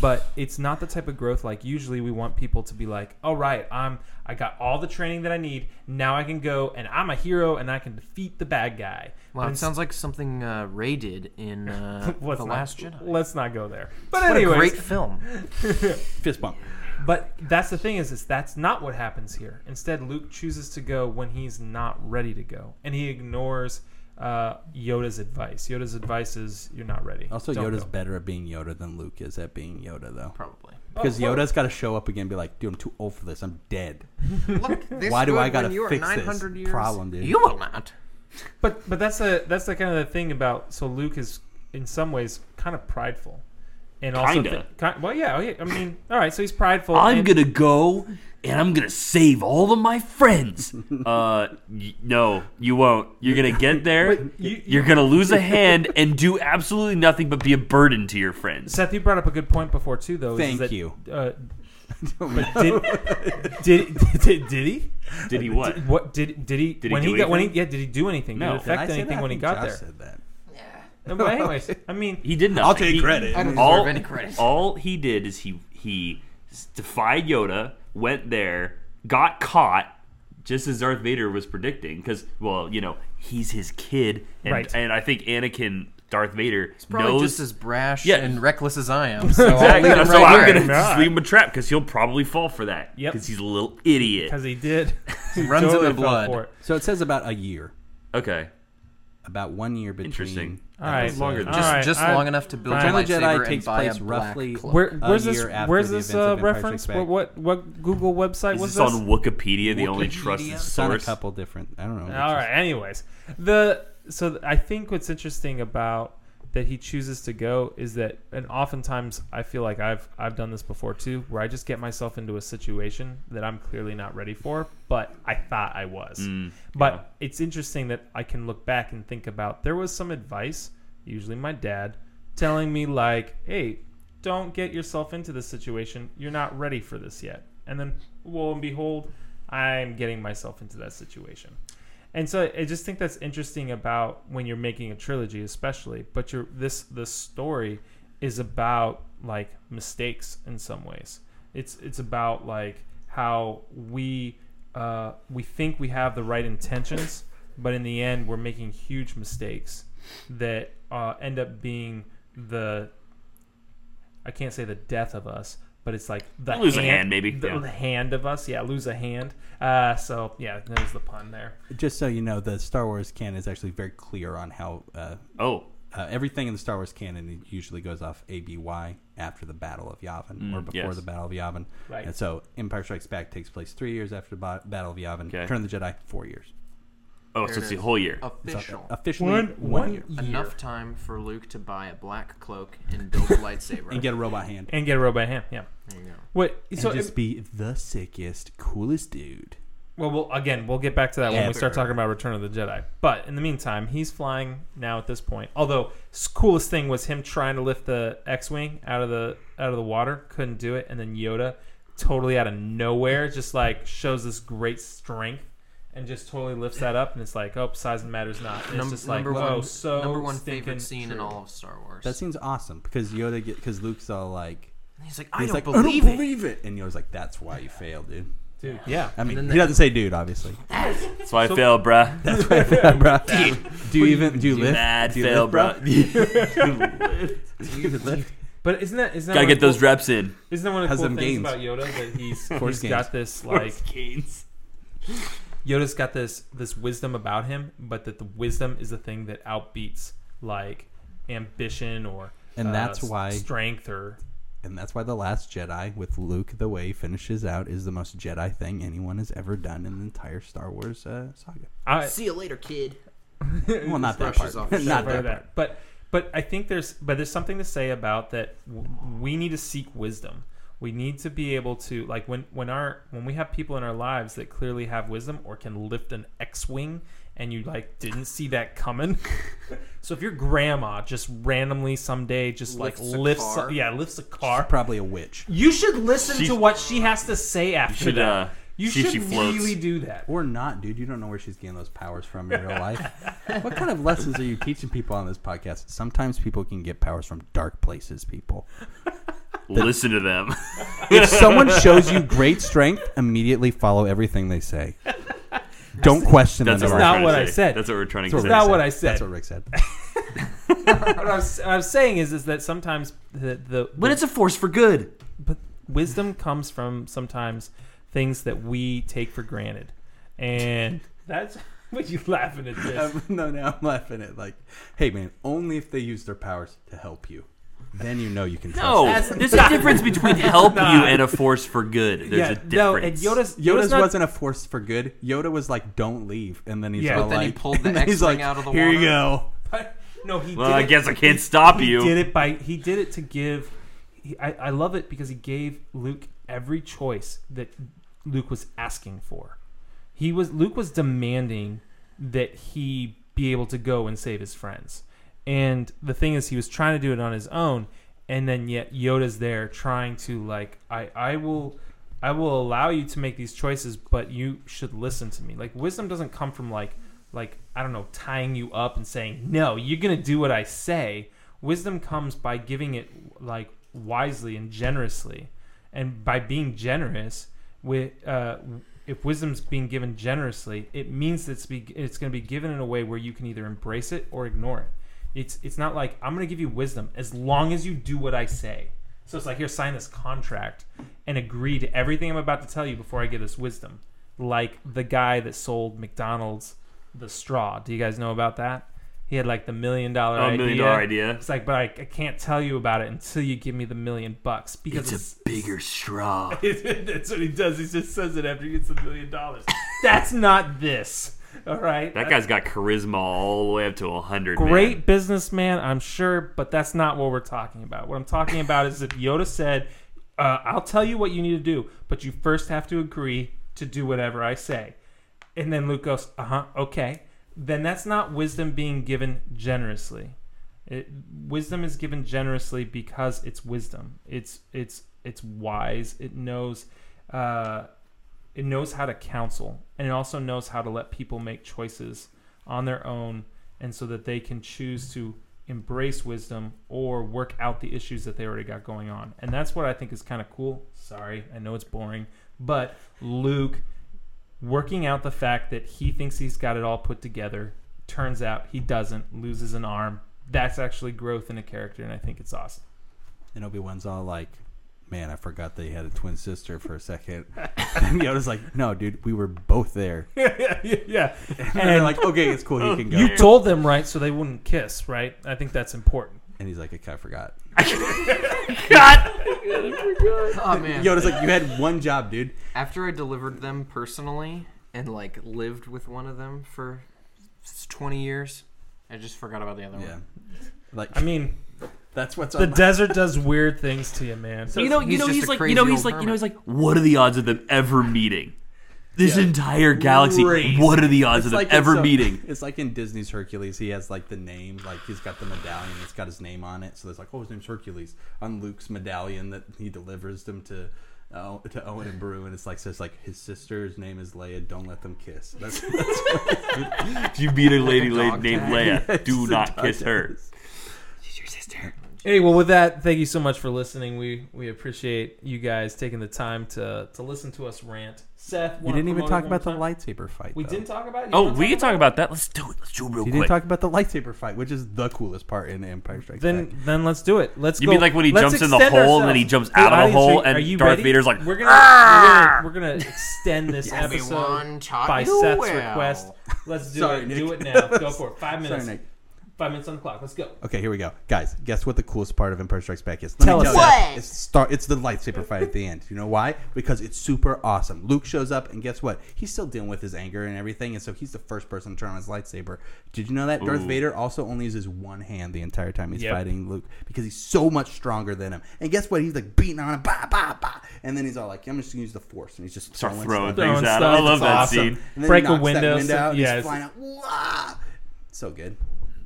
Speaker 2: but it's not the type of growth like usually we want people to be like, all right, I'm I got all the training that I need now I can go and I'm a hero and I can defeat the bad guy.
Speaker 3: Wow,
Speaker 2: But
Speaker 3: it sounds like something uh, Ray did in uh, The
Speaker 2: let's not-
Speaker 3: Last Jedi.
Speaker 2: Let's not go there. But
Speaker 3: what
Speaker 2: anyways,
Speaker 3: a great film.
Speaker 4: Fist bump.
Speaker 2: But that's the thing is, is that's not what happens here. Instead, Luke chooses to go when he's not ready to go, and he ignores uh, Yoda's advice. Yoda's advice is, "You're not ready."
Speaker 4: Also,
Speaker 2: Don't
Speaker 4: Yoda's
Speaker 2: go."
Speaker 4: better at being Yoda than Luke is at being Yoda, though.
Speaker 3: Probably.
Speaker 4: Because Yoda's got to show up again and be like, dude, I'm too old for this. I'm dead.
Speaker 3: Look, this
Speaker 4: Why do
Speaker 3: good
Speaker 4: I got
Speaker 3: when you
Speaker 4: to
Speaker 3: are
Speaker 4: fix
Speaker 3: 900
Speaker 4: this
Speaker 3: years?
Speaker 4: problem, dude?
Speaker 3: You will not.
Speaker 2: But but that's the that's the kind of the thing about. So Luke is in some ways kind of prideful, and also
Speaker 1: Kinda.
Speaker 2: thi- ki- well, yeah, yeah, I mean, all right. So he's prideful.
Speaker 1: I'm
Speaker 2: and-
Speaker 1: gonna go and I'm gonna save all of my friends. uh, y- no, you won't. You're gonna get there.
Speaker 2: you-
Speaker 1: you, are gonna lose a hand and do absolutely nothing but be a burden to your friends.
Speaker 2: Seth, you brought up a good point before too, though. is- is
Speaker 4: Thank
Speaker 2: that,
Speaker 4: you.
Speaker 2: Uh, did, did, did did he?
Speaker 1: Did he what?
Speaker 2: Did, what did did he
Speaker 1: he
Speaker 2: when he
Speaker 1: do
Speaker 2: got when he
Speaker 1: anything?
Speaker 2: yeah did he do anything?
Speaker 1: No.
Speaker 2: Did it
Speaker 1: Did
Speaker 2: affect anything when he got there?
Speaker 4: Said that.
Speaker 2: Uh, But anyways, I mean,
Speaker 1: He did nothing.
Speaker 4: I'll take
Speaker 1: He-
Speaker 4: credit.
Speaker 3: I don't
Speaker 1: all,
Speaker 3: deserve any credit.
Speaker 1: all he did is he he s- defied Yoda, went there, got caught, just as Darth Vader was predicting. Because well, you know he's his kid, and
Speaker 2: Right.
Speaker 1: and I think Anakin, Darth Vader,
Speaker 3: Probably
Speaker 1: knows
Speaker 3: just as brash
Speaker 1: Yeah.
Speaker 3: and reckless as I am. So I'll
Speaker 1: Exactly.
Speaker 3: leave him
Speaker 1: so
Speaker 3: right
Speaker 1: I'm
Speaker 3: there.
Speaker 1: gonna
Speaker 2: Nah.
Speaker 1: just leave him a trap because he'll probably fall for that.
Speaker 2: Yep.
Speaker 1: Because he's a little idiot.
Speaker 2: because he did
Speaker 3: Runs in
Speaker 2: totally fell
Speaker 3: the blood.
Speaker 2: for it.
Speaker 4: So it says about a year.
Speaker 1: Okay.
Speaker 4: about one year between.
Speaker 1: Interesting.
Speaker 2: All right,
Speaker 4: episodes.
Speaker 1: longer than
Speaker 2: All
Speaker 3: Just,
Speaker 2: right,
Speaker 3: just
Speaker 2: I-
Speaker 3: long enough to build a
Speaker 2: Return
Speaker 4: of the Jedi
Speaker 3: lightsaber and
Speaker 4: takes
Speaker 3: buy a
Speaker 4: place
Speaker 3: black
Speaker 4: roughly-
Speaker 3: cloak.
Speaker 2: Where,
Speaker 4: a
Speaker 2: where's this?
Speaker 4: year after
Speaker 2: Where's
Speaker 4: the
Speaker 2: this
Speaker 4: events
Speaker 2: uh,
Speaker 4: of Empire
Speaker 2: reference?
Speaker 4: Strikes Back.
Speaker 2: What, what what Google website
Speaker 1: Is
Speaker 2: was
Speaker 1: this,
Speaker 2: this?
Speaker 1: on Wikipedia, the only
Speaker 3: Wikipedia?
Speaker 1: trusted
Speaker 4: It's on a
Speaker 1: source?
Speaker 4: couple different. I don't know.
Speaker 2: All right. Anyways, the so th- I think what's interesting about that he chooses to go is that, and oftentimes I feel like I've I've done this before too, where I just get myself into a situation that I'm clearly not ready for, but I thought I was.
Speaker 1: Mm,
Speaker 2: But it's interesting that I can look back and think about there was some advice, usually my dad, telling me like, "Hey, don't get yourself into this situation. You're not ready for this yet." And then, lo and behold, I'm getting myself into that situation. And so I just think that's interesting about when you're making a trilogy, especially. But your this this story is about like mistakes in some ways. It's it's about like how we uh, we think we have the right intentions, but in the end, we're making huge mistakes that uh, end up being the I can't say the death of us, but it's like the
Speaker 1: Lose a hand, maybe.
Speaker 2: the,
Speaker 1: Yeah.
Speaker 2: the hand of us. Yeah, lose a hand. Uh, so yeah, there's the pun there.
Speaker 4: Just so you know, the Star Wars canon is actually very clear on how uh,
Speaker 1: Oh,
Speaker 4: uh, everything in the Star Wars canon usually goes off ABY after the Battle of Yavin
Speaker 1: Mm,
Speaker 4: or before
Speaker 1: yes.
Speaker 4: the Battle of Yavin.
Speaker 2: Right.
Speaker 4: And so Empire Strikes Back takes place three years after the bo- Battle of Yavin.
Speaker 1: Okay.
Speaker 4: Return of the Jedi, four years.
Speaker 1: oh, so
Speaker 3: There it
Speaker 1: it's the
Speaker 3: is.
Speaker 1: whole year.
Speaker 4: It's up-
Speaker 3: Official.
Speaker 4: Officially,
Speaker 2: One-
Speaker 4: one,
Speaker 2: one
Speaker 4: year.
Speaker 2: year.
Speaker 3: Enough time for Luke to buy a black cloak and build a lightsaber.
Speaker 4: And get a robot hand.
Speaker 2: and get a robot hand. Yeah.
Speaker 3: There you go.
Speaker 2: What?
Speaker 4: And
Speaker 2: So
Speaker 4: just be the sickest, coolest dude.
Speaker 2: Well, we'll again, we'll get back to that when we start
Speaker 3: Ever.
Speaker 2: talking about Return of the Jedi. But in the meantime, he's flying now at this point. Although, s- coolest thing was him trying to lift the X-wing out of the out of the water, couldn't do it, and then Yoda, totally out of nowhere, just like shows this great strength and just totally lifts that up, and it's like, oh, size matters not. And it's
Speaker 3: Num-
Speaker 2: just like,
Speaker 3: number
Speaker 2: whoa,
Speaker 3: one,
Speaker 2: so
Speaker 3: number one
Speaker 2: stinking
Speaker 3: favorite scene in
Speaker 2: true.
Speaker 3: all of Star Wars.
Speaker 4: That seems awesome because Yoda get because Luke's all like
Speaker 3: And he's like, I
Speaker 4: he's
Speaker 3: don't
Speaker 4: like
Speaker 3: believe
Speaker 4: I
Speaker 3: it.
Speaker 4: don't believe it, and Yoda's like that's why you failed, dude.
Speaker 2: Dude, yeah.
Speaker 4: I mean,
Speaker 3: then
Speaker 4: he
Speaker 3: they-
Speaker 4: doesn't say dude, obviously.
Speaker 1: That's why I failed, bruh.
Speaker 4: That's why I failed, bro. Do you even do you lift?
Speaker 1: Mad
Speaker 4: do you
Speaker 1: fail,
Speaker 4: lift,
Speaker 1: bro.
Speaker 4: Do you even lift?
Speaker 2: But isn't that isn't that
Speaker 1: Gotta
Speaker 2: one
Speaker 1: get
Speaker 2: of the
Speaker 1: those
Speaker 2: cool-
Speaker 1: reps in.
Speaker 2: Isn't that one of the
Speaker 4: Has
Speaker 2: cool
Speaker 4: them
Speaker 2: things
Speaker 4: gains.
Speaker 2: about Yoda that he's
Speaker 4: Force
Speaker 2: he's got
Speaker 4: gains.
Speaker 2: this like
Speaker 1: Canes.
Speaker 2: Yoda's got this this wisdom about him, but that the wisdom is the thing that outbeats like ambition or uh,
Speaker 4: And that's
Speaker 2: s-
Speaker 4: why-
Speaker 2: strength or
Speaker 4: And that's why The Last Jedi with Luke the way he finishes out is the most Jedi thing anyone has ever done in the entire Star Wars uh, saga.
Speaker 2: I,
Speaker 3: See you later, kid.
Speaker 4: Well, not that
Speaker 3: Brushes
Speaker 4: part.
Speaker 3: off his
Speaker 4: not
Speaker 2: Sorry
Speaker 4: that
Speaker 2: about
Speaker 4: part.
Speaker 2: that. But but I think there's but there's something to say about that. W- we need to seek wisdom. We need to be able to like when when our when we have people in our lives that clearly have wisdom or can lift an X-wing, and you like didn't see that coming. so if your grandma just randomly someday just
Speaker 3: Lifts
Speaker 2: like
Speaker 3: a
Speaker 2: lifts a-
Speaker 3: car.
Speaker 2: yeah lifts a car,
Speaker 4: Probably a witch
Speaker 2: You should listen
Speaker 1: She-
Speaker 2: to what she has to say after
Speaker 1: should,
Speaker 2: that.
Speaker 1: uh,
Speaker 2: you
Speaker 1: see if
Speaker 2: should
Speaker 1: she floats.
Speaker 2: really do that.
Speaker 4: or not, dude. You don't know where she's getting those powers from in real life. what kind of lessons are you teaching people on this podcast? Sometimes people can get powers from dark places. People.
Speaker 1: Listen to them.
Speaker 4: If someone shows you great strength, immediately follow everything they say. Don't question
Speaker 1: That's,
Speaker 4: them.
Speaker 1: what
Speaker 2: That's
Speaker 1: we're
Speaker 4: at
Speaker 2: not
Speaker 4: all.
Speaker 1: trying to
Speaker 2: what I
Speaker 1: say.
Speaker 2: said.
Speaker 1: That's what we're trying to
Speaker 2: That's
Speaker 1: say.
Speaker 2: not
Speaker 4: Rick
Speaker 2: what I said.
Speaker 4: That's what Rick said.
Speaker 2: what, I was, what I was saying is, is that sometimes the, the
Speaker 1: But it's a force for good.
Speaker 2: but wisdom comes from sometimes things that we take for granted, and that's what you laughing at this.
Speaker 4: Um, no, now I'm laughing at like, hey man, only if they use their powers to help you, then you know you can trust.
Speaker 1: No,
Speaker 4: them.
Speaker 2: That's-
Speaker 1: there's a difference between help you
Speaker 2: Nah.
Speaker 1: and a force for good. There's a difference.
Speaker 2: no, and Yoda's
Speaker 4: Yoda's,
Speaker 2: not,
Speaker 4: wasn't a force for good. Yoda was like, "Don't leave," and then he's
Speaker 2: Yeah.
Speaker 4: all
Speaker 2: But
Speaker 3: then he
Speaker 4: like-
Speaker 3: pulled the
Speaker 4: and then he's
Speaker 3: X-wing
Speaker 4: like,
Speaker 3: out of the
Speaker 4: Here you
Speaker 3: water."
Speaker 4: go.
Speaker 2: no, he
Speaker 1: well,
Speaker 2: did
Speaker 1: I
Speaker 2: it-
Speaker 1: guess I can't stop
Speaker 2: He did
Speaker 1: you.
Speaker 2: it by he did it to give. He, I, I love it because he gave Luke every choice that Luke was asking for. He was Luke was demanding that he be able to go and save his friends. And the thing is, he was trying to do it on his own, and then yet Yoda's there trying to like, I I will. I will allow you to make these choices, but you should listen to me. Like wisdom doesn't come from like like I don't know, tying you up and saying, "No, you're going to do what I say." Wisdom comes by giving it like wisely and generously. And by being generous with uh if wisdom's being given generously, it means that it's, be, it's going to be given in a way where you can either embrace it or ignore it. It's it's not like I'm going to give you wisdom as long as you do what I say. So it's like here, sign this contract and agree to everything I'm about to tell you before I give this wisdom. Like the guy that sold McDonald's the straw. Do you guys know about that? He had like the million dollar
Speaker 1: A
Speaker 2: idea.
Speaker 1: Oh, million dollar idea.
Speaker 2: It's like, but I, I can't tell you about it until you give me the million bucks because it's,
Speaker 1: bigger straw.
Speaker 2: that's what he does. He just says it after he gets the million dollars. That's not this. All right.
Speaker 1: That guy's got charisma all the way up to hundred.
Speaker 2: great businessman, I'm sure, but that's not what we're talking about. What I'm talking about is if Yoda said, uh, "I'll tell you what you need to do, but you first have to agree to do whatever I say," and then Luke goes, "Uh huh, okay," then that's not wisdom being given generously. It, wisdom is given generously because it's wisdom. It's it's it's wise. It knows. Uh, it knows how to counsel and it also knows how to let people make choices on their own and so that they can choose to embrace wisdom or work out the issues that they already got going on and that's what i think is kind of cool sorry i know it's boring but luke working out the fact that he thinks he's got it all put together turns out he doesn't loses an arm that's actually growth in a character and i think it's awesome
Speaker 4: And Obi Wan's all like, "Man, I forgot that he had a twin sister for a second. and Yoda's like, "No, dude, we were both there."
Speaker 2: yeah yeah
Speaker 4: And, they're
Speaker 2: And-
Speaker 4: like, "Okay, it's cool. He can go."
Speaker 2: you told them right so they wouldn't kiss right i think that's important
Speaker 4: and he's like, "Okay, "I forgot."
Speaker 3: Oh man.
Speaker 4: Yoda's like, "You had one job, dude."
Speaker 3: After I delivered them personally and like lived with one of them for s- 20 years, I just forgot about the other
Speaker 4: Yeah.
Speaker 3: one.
Speaker 4: Like
Speaker 2: I mean,
Speaker 4: that's what's
Speaker 2: the
Speaker 4: on my-
Speaker 2: desert does weird things to you, man.
Speaker 1: you know, you
Speaker 3: he's
Speaker 1: know,
Speaker 3: just
Speaker 1: he's
Speaker 3: a
Speaker 1: like, you
Speaker 3: crazy
Speaker 1: know, he's
Speaker 3: old
Speaker 1: like, you know,
Speaker 3: hermit.
Speaker 1: he's like, what are the odds of them ever meeting? This entire galaxy.
Speaker 4: Crazy.
Speaker 1: What are the odds of them
Speaker 4: in
Speaker 1: ever
Speaker 4: some-
Speaker 1: meeting?
Speaker 4: It's like in Disney's Hercules. He has like the name, like he's got the medallion. It's got his name on it. So there's like, oh, his name's Hercules on Luke's medallion that he delivers them to. Uh, to Owen and Brew, and it's like says like his sister's name is Leia. Don't let them kiss. That's, that's
Speaker 1: If you meet a lady
Speaker 3: Like a
Speaker 1: la-
Speaker 3: dog
Speaker 1: named
Speaker 4: tag.
Speaker 1: Leia,
Speaker 4: Yeah,
Speaker 1: do
Speaker 4: it's a
Speaker 1: not
Speaker 4: dog
Speaker 1: kiss
Speaker 4: tag.
Speaker 1: her.
Speaker 2: Hey, well, with that, thank you so much for listening. We we appreciate you guys taking the time to to listen to us rant. Seth,
Speaker 4: we
Speaker 2: wanna
Speaker 4: didn't even
Speaker 2: promote
Speaker 4: talk
Speaker 2: it
Speaker 4: about the
Speaker 2: one more time?
Speaker 4: lightsaber fight.
Speaker 2: We
Speaker 4: though.
Speaker 2: didn't talk about it. You
Speaker 1: Oh,
Speaker 2: wanna
Speaker 1: we can
Speaker 2: about
Speaker 1: talk about that. Let's do it. Let's do it real
Speaker 4: You
Speaker 1: quick.
Speaker 4: didn't talk about the lightsaber fight, which is the coolest part in Empire
Speaker 2: it?
Speaker 4: Strikes Back.
Speaker 2: Then then let's do it. Let's.
Speaker 1: You
Speaker 2: go-
Speaker 1: mean like when he
Speaker 2: let's
Speaker 1: jumps in the
Speaker 2: extend
Speaker 1: hole and then he
Speaker 2: ourselves.
Speaker 1: jumps
Speaker 2: Hey,
Speaker 1: out of the
Speaker 2: audience,
Speaker 1: hole
Speaker 2: are
Speaker 1: and
Speaker 2: you
Speaker 1: Darth
Speaker 2: ready?
Speaker 1: Vader's like,
Speaker 2: we're gonna we're gonna, we're gonna extend this episode
Speaker 3: Obi-Wan taught
Speaker 2: by
Speaker 3: you
Speaker 2: Seth's
Speaker 3: well.
Speaker 2: request. Let's do
Speaker 4: Sorry,
Speaker 2: it.
Speaker 4: Nick.
Speaker 2: Do it now. Go for it. Five
Speaker 4: Sorry,
Speaker 2: minutes.
Speaker 4: Nick.
Speaker 2: Five minutes on the clock. Let's go.
Speaker 4: Okay, here we go, guys. Guess what the coolest part of Empire Strikes Back is? Let
Speaker 2: Tell us
Speaker 4: you.
Speaker 6: that. What?
Speaker 4: It's star. It's the lightsaber fight at the end. You know why? Because it's super awesome. Luke shows up, and guess what? He's still dealing with his anger and everything, and so he's the first person to turn on his lightsaber. Did you know that Darth
Speaker 1: Ooh.
Speaker 4: Vader also only uses one hand the entire time he's
Speaker 2: Yep.
Speaker 4: fighting Luke because he's so much stronger than him? And guess what? He's like beating on him, bah bah bah, and then he's all like, "I'm just gonna use the Force," and he's just
Speaker 1: start
Speaker 4: throwing
Speaker 1: throwing
Speaker 4: stuff.
Speaker 2: Throwing
Speaker 1: things out.
Speaker 2: stuff.
Speaker 1: I love
Speaker 2: It's
Speaker 1: that
Speaker 2: awesome.
Speaker 1: scene.
Speaker 4: And then
Speaker 2: Break
Speaker 4: he
Speaker 2: a
Speaker 4: knocks that
Speaker 2: window,
Speaker 4: window
Speaker 2: so-
Speaker 4: out, and
Speaker 2: yeah,
Speaker 4: he's
Speaker 2: it's-
Speaker 4: flying out. Wah! So good.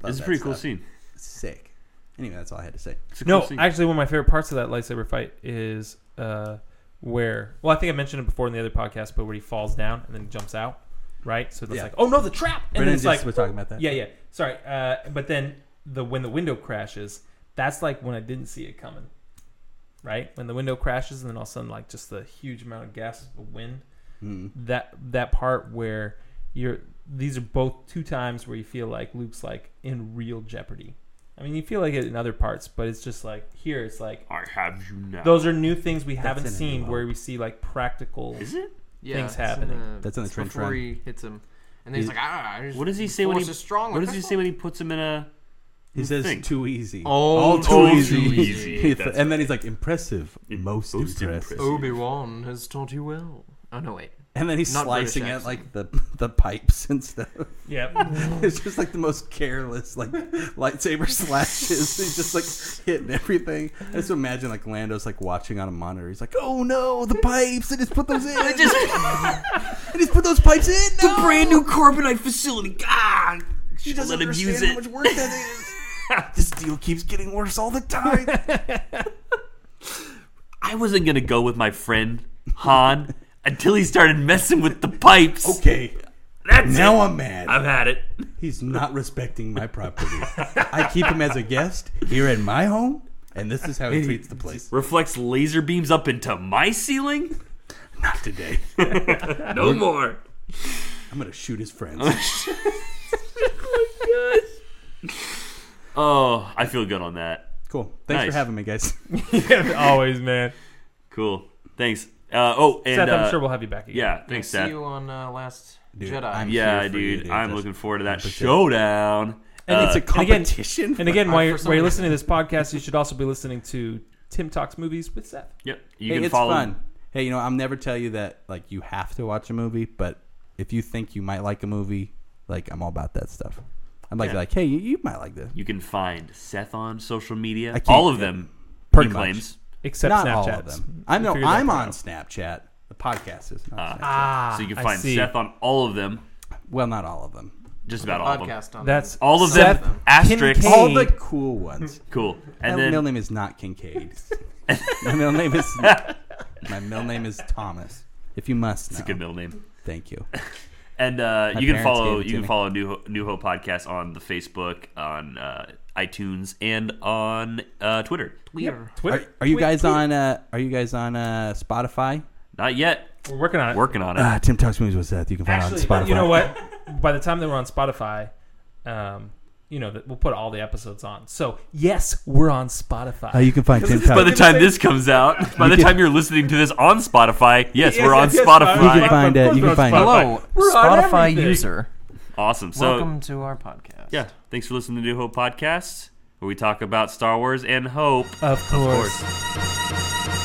Speaker 4: Love
Speaker 1: It's a
Speaker 4: that
Speaker 1: pretty cool
Speaker 4: stuff.
Speaker 1: scene.
Speaker 4: Sick. Anyway, that's all I had to say.
Speaker 1: It's a cool
Speaker 2: No,
Speaker 1: scene.
Speaker 2: actually, one of my favorite parts of that lightsaber fight is uh, where. Well, I think I mentioned it before in the other podcast, but where he falls down and then jumps out, right? So it's
Speaker 4: Yeah.
Speaker 2: like, oh no, the trap, and
Speaker 4: Brennan
Speaker 2: then it's
Speaker 4: just
Speaker 2: like,
Speaker 4: was talking about that.
Speaker 2: yeah, yeah, sorry. Uh, but then the when the window crashes, that's like when I didn't see it coming, right? When the window crashes, and then all of a sudden, like just the huge amount of gas of wind
Speaker 1: Hmm.
Speaker 4: Mm.
Speaker 2: that that part where you're these are both two times where you feel like Luke's like in real jeopardy. I mean, you feel like it in other parts, but it's just like here it's like
Speaker 1: I have you now.
Speaker 2: those are new things we
Speaker 4: That's
Speaker 2: haven't
Speaker 4: in it,
Speaker 2: seen
Speaker 4: wow.
Speaker 2: where we see like practical.
Speaker 1: Is it?
Speaker 3: Yeah,
Speaker 2: Things
Speaker 3: it's in
Speaker 2: happening.
Speaker 3: the-
Speaker 4: That's in the
Speaker 3: it's
Speaker 4: trench
Speaker 3: Before
Speaker 4: run.
Speaker 3: he hits him. And then he's
Speaker 4: He's-
Speaker 3: like, ah, I just,
Speaker 1: What does he say when
Speaker 3: force
Speaker 1: he-
Speaker 3: is strong.
Speaker 1: What
Speaker 3: like
Speaker 1: does he
Speaker 3: that."
Speaker 1: say when he puts him in a?
Speaker 4: He
Speaker 1: Mm,
Speaker 4: says
Speaker 1: think.
Speaker 4: too easy.
Speaker 3: All
Speaker 1: too easy.
Speaker 4: He-
Speaker 1: That's
Speaker 4: and then he's like impressive,
Speaker 1: Im-
Speaker 4: most,
Speaker 1: most
Speaker 4: impressive.
Speaker 1: impressive.
Speaker 3: Obi-Wan has taught you well. Oh, no, wait.
Speaker 4: And then he's
Speaker 3: Not British
Speaker 4: slicing at
Speaker 3: accent.
Speaker 4: like the the pipes and stuff.
Speaker 2: Yeah,
Speaker 4: It's just like the most careless like lightsaber slashes. He's just like hitting everything. I just imagine like Lando's like watching on a monitor. He's like, "Oh no, the pipes! I just put those in. I just, I just put those pipes in. No,
Speaker 1: carbonite facility. God,
Speaker 4: He
Speaker 1: should
Speaker 4: doesn't
Speaker 1: let him
Speaker 4: understand
Speaker 1: use
Speaker 4: how much
Speaker 1: it.
Speaker 4: work that is. this deal keeps getting worse all the time."
Speaker 1: I wasn't gonna go with my friend Han until he started messing with the pipes.
Speaker 4: okay,
Speaker 1: That's
Speaker 4: now
Speaker 1: it.
Speaker 4: I'm mad.
Speaker 1: I've had it.
Speaker 4: He's not respecting my property. I keep him as a guest here in my home, and this is how he treats the place.
Speaker 1: Reflects laser beams up into my ceiling.
Speaker 4: Not today.
Speaker 1: No more.
Speaker 4: I'm gonna shoot his friends.
Speaker 1: Oh, I feel good on that.
Speaker 4: Cool. Thanks
Speaker 1: Nice.
Speaker 4: for having me, guys.
Speaker 2: always, man.
Speaker 1: Cool. Thanks. Uh, oh, and
Speaker 2: Seth,
Speaker 1: uh,
Speaker 2: I'm sure we'll have you back again.
Speaker 1: yeah, thanks,
Speaker 3: See
Speaker 1: Seth.
Speaker 3: you on uh, Last
Speaker 4: Dude,
Speaker 3: Jedi.
Speaker 4: I'm-
Speaker 1: Yeah,
Speaker 4: here for you,
Speaker 1: dude,
Speaker 4: dude.
Speaker 1: I'm
Speaker 4: That's
Speaker 1: looking forward to that
Speaker 4: 100%.
Speaker 1: showdown.
Speaker 2: And
Speaker 1: Uh,
Speaker 4: it's a
Speaker 2: and again-
Speaker 4: competition.
Speaker 2: And again, while
Speaker 3: I-
Speaker 2: you're,
Speaker 3: for some
Speaker 2: while you're
Speaker 3: reason-
Speaker 2: listening to this podcast, you should also be listening to Tim Talks Movies with Seth.
Speaker 1: Yep. You
Speaker 4: hey,
Speaker 1: can
Speaker 4: it's
Speaker 1: follow.
Speaker 4: fun. Hey, you know, I'll never tell you that like you have to watch a movie, but if you think you might like a movie, like I'm all about that stuff. I'm like,
Speaker 1: Yeah.
Speaker 4: like, hey, you, you might like this.
Speaker 1: You can find Seth on social media.
Speaker 4: I can't-
Speaker 1: All of them.
Speaker 4: Pretty
Speaker 1: he
Speaker 4: much.
Speaker 1: claims.
Speaker 2: Except
Speaker 4: Not
Speaker 2: Snapchat.
Speaker 4: all of them. I know
Speaker 2: figured that
Speaker 4: I'm
Speaker 2: part
Speaker 4: on
Speaker 2: out.
Speaker 4: Snapchat. The podcast is not Snapchat.
Speaker 2: Ah,
Speaker 1: So you can
Speaker 2: I
Speaker 1: find
Speaker 2: see.
Speaker 1: Seth on all of them.
Speaker 4: well, not all of them.
Speaker 1: Just about all of them.
Speaker 3: podcast on
Speaker 2: That's
Speaker 1: All of
Speaker 2: Seth
Speaker 1: them. Asterisk.
Speaker 2: Kincaid.
Speaker 4: All the cool ones.
Speaker 1: Cool.
Speaker 4: my
Speaker 1: And
Speaker 4: middle
Speaker 1: then
Speaker 4: name is not Kincaid. my middle name is my middle name is Thomas. If you must,
Speaker 1: it's a
Speaker 4: know.
Speaker 1: good middle name.
Speaker 4: Thank you.
Speaker 1: And uh,
Speaker 4: My
Speaker 1: you can
Speaker 4: parents
Speaker 1: follow
Speaker 4: gave
Speaker 1: you
Speaker 4: it to
Speaker 1: can
Speaker 4: me.
Speaker 1: follow New Ho- New Hope podcast on the Facebook, on uh, iTunes, and on uh, Twitter.
Speaker 3: Twitter.
Speaker 2: Twitter.
Speaker 4: Are, are you
Speaker 2: Twitter.
Speaker 4: guys on? Uh, are you guys on uh, Spotify?
Speaker 1: Not yet.
Speaker 2: We're working on it.
Speaker 1: Working on it.
Speaker 4: Uh, Tim Talks Movies with Seth. You can find
Speaker 2: Actually,
Speaker 4: it on Spotify.
Speaker 2: you know what? By the time that we're on Spotify, um, you know that we'll put all the episodes on. So yes, we're on Spotify.
Speaker 4: Uh, you can find Tim
Speaker 2: This is
Speaker 4: Talks.
Speaker 1: By the
Speaker 2: gonna
Speaker 1: time
Speaker 2: say-
Speaker 1: this comes out, by the
Speaker 4: can-
Speaker 1: time you're listening to this on Spotify, yes,
Speaker 2: Yes,
Speaker 1: we're on
Speaker 2: yes, yes,
Speaker 4: You
Speaker 1: Spotify.
Speaker 4: can find it. You can find it.
Speaker 3: Hello,
Speaker 2: We're on
Speaker 3: Spotify
Speaker 2: everything.
Speaker 3: user.
Speaker 1: Awesome. So
Speaker 3: Welcome to our podcast.
Speaker 1: yeah, thanks for listening to New Hope podcast, where we talk about Star Wars and hope.
Speaker 2: Of course.
Speaker 1: course.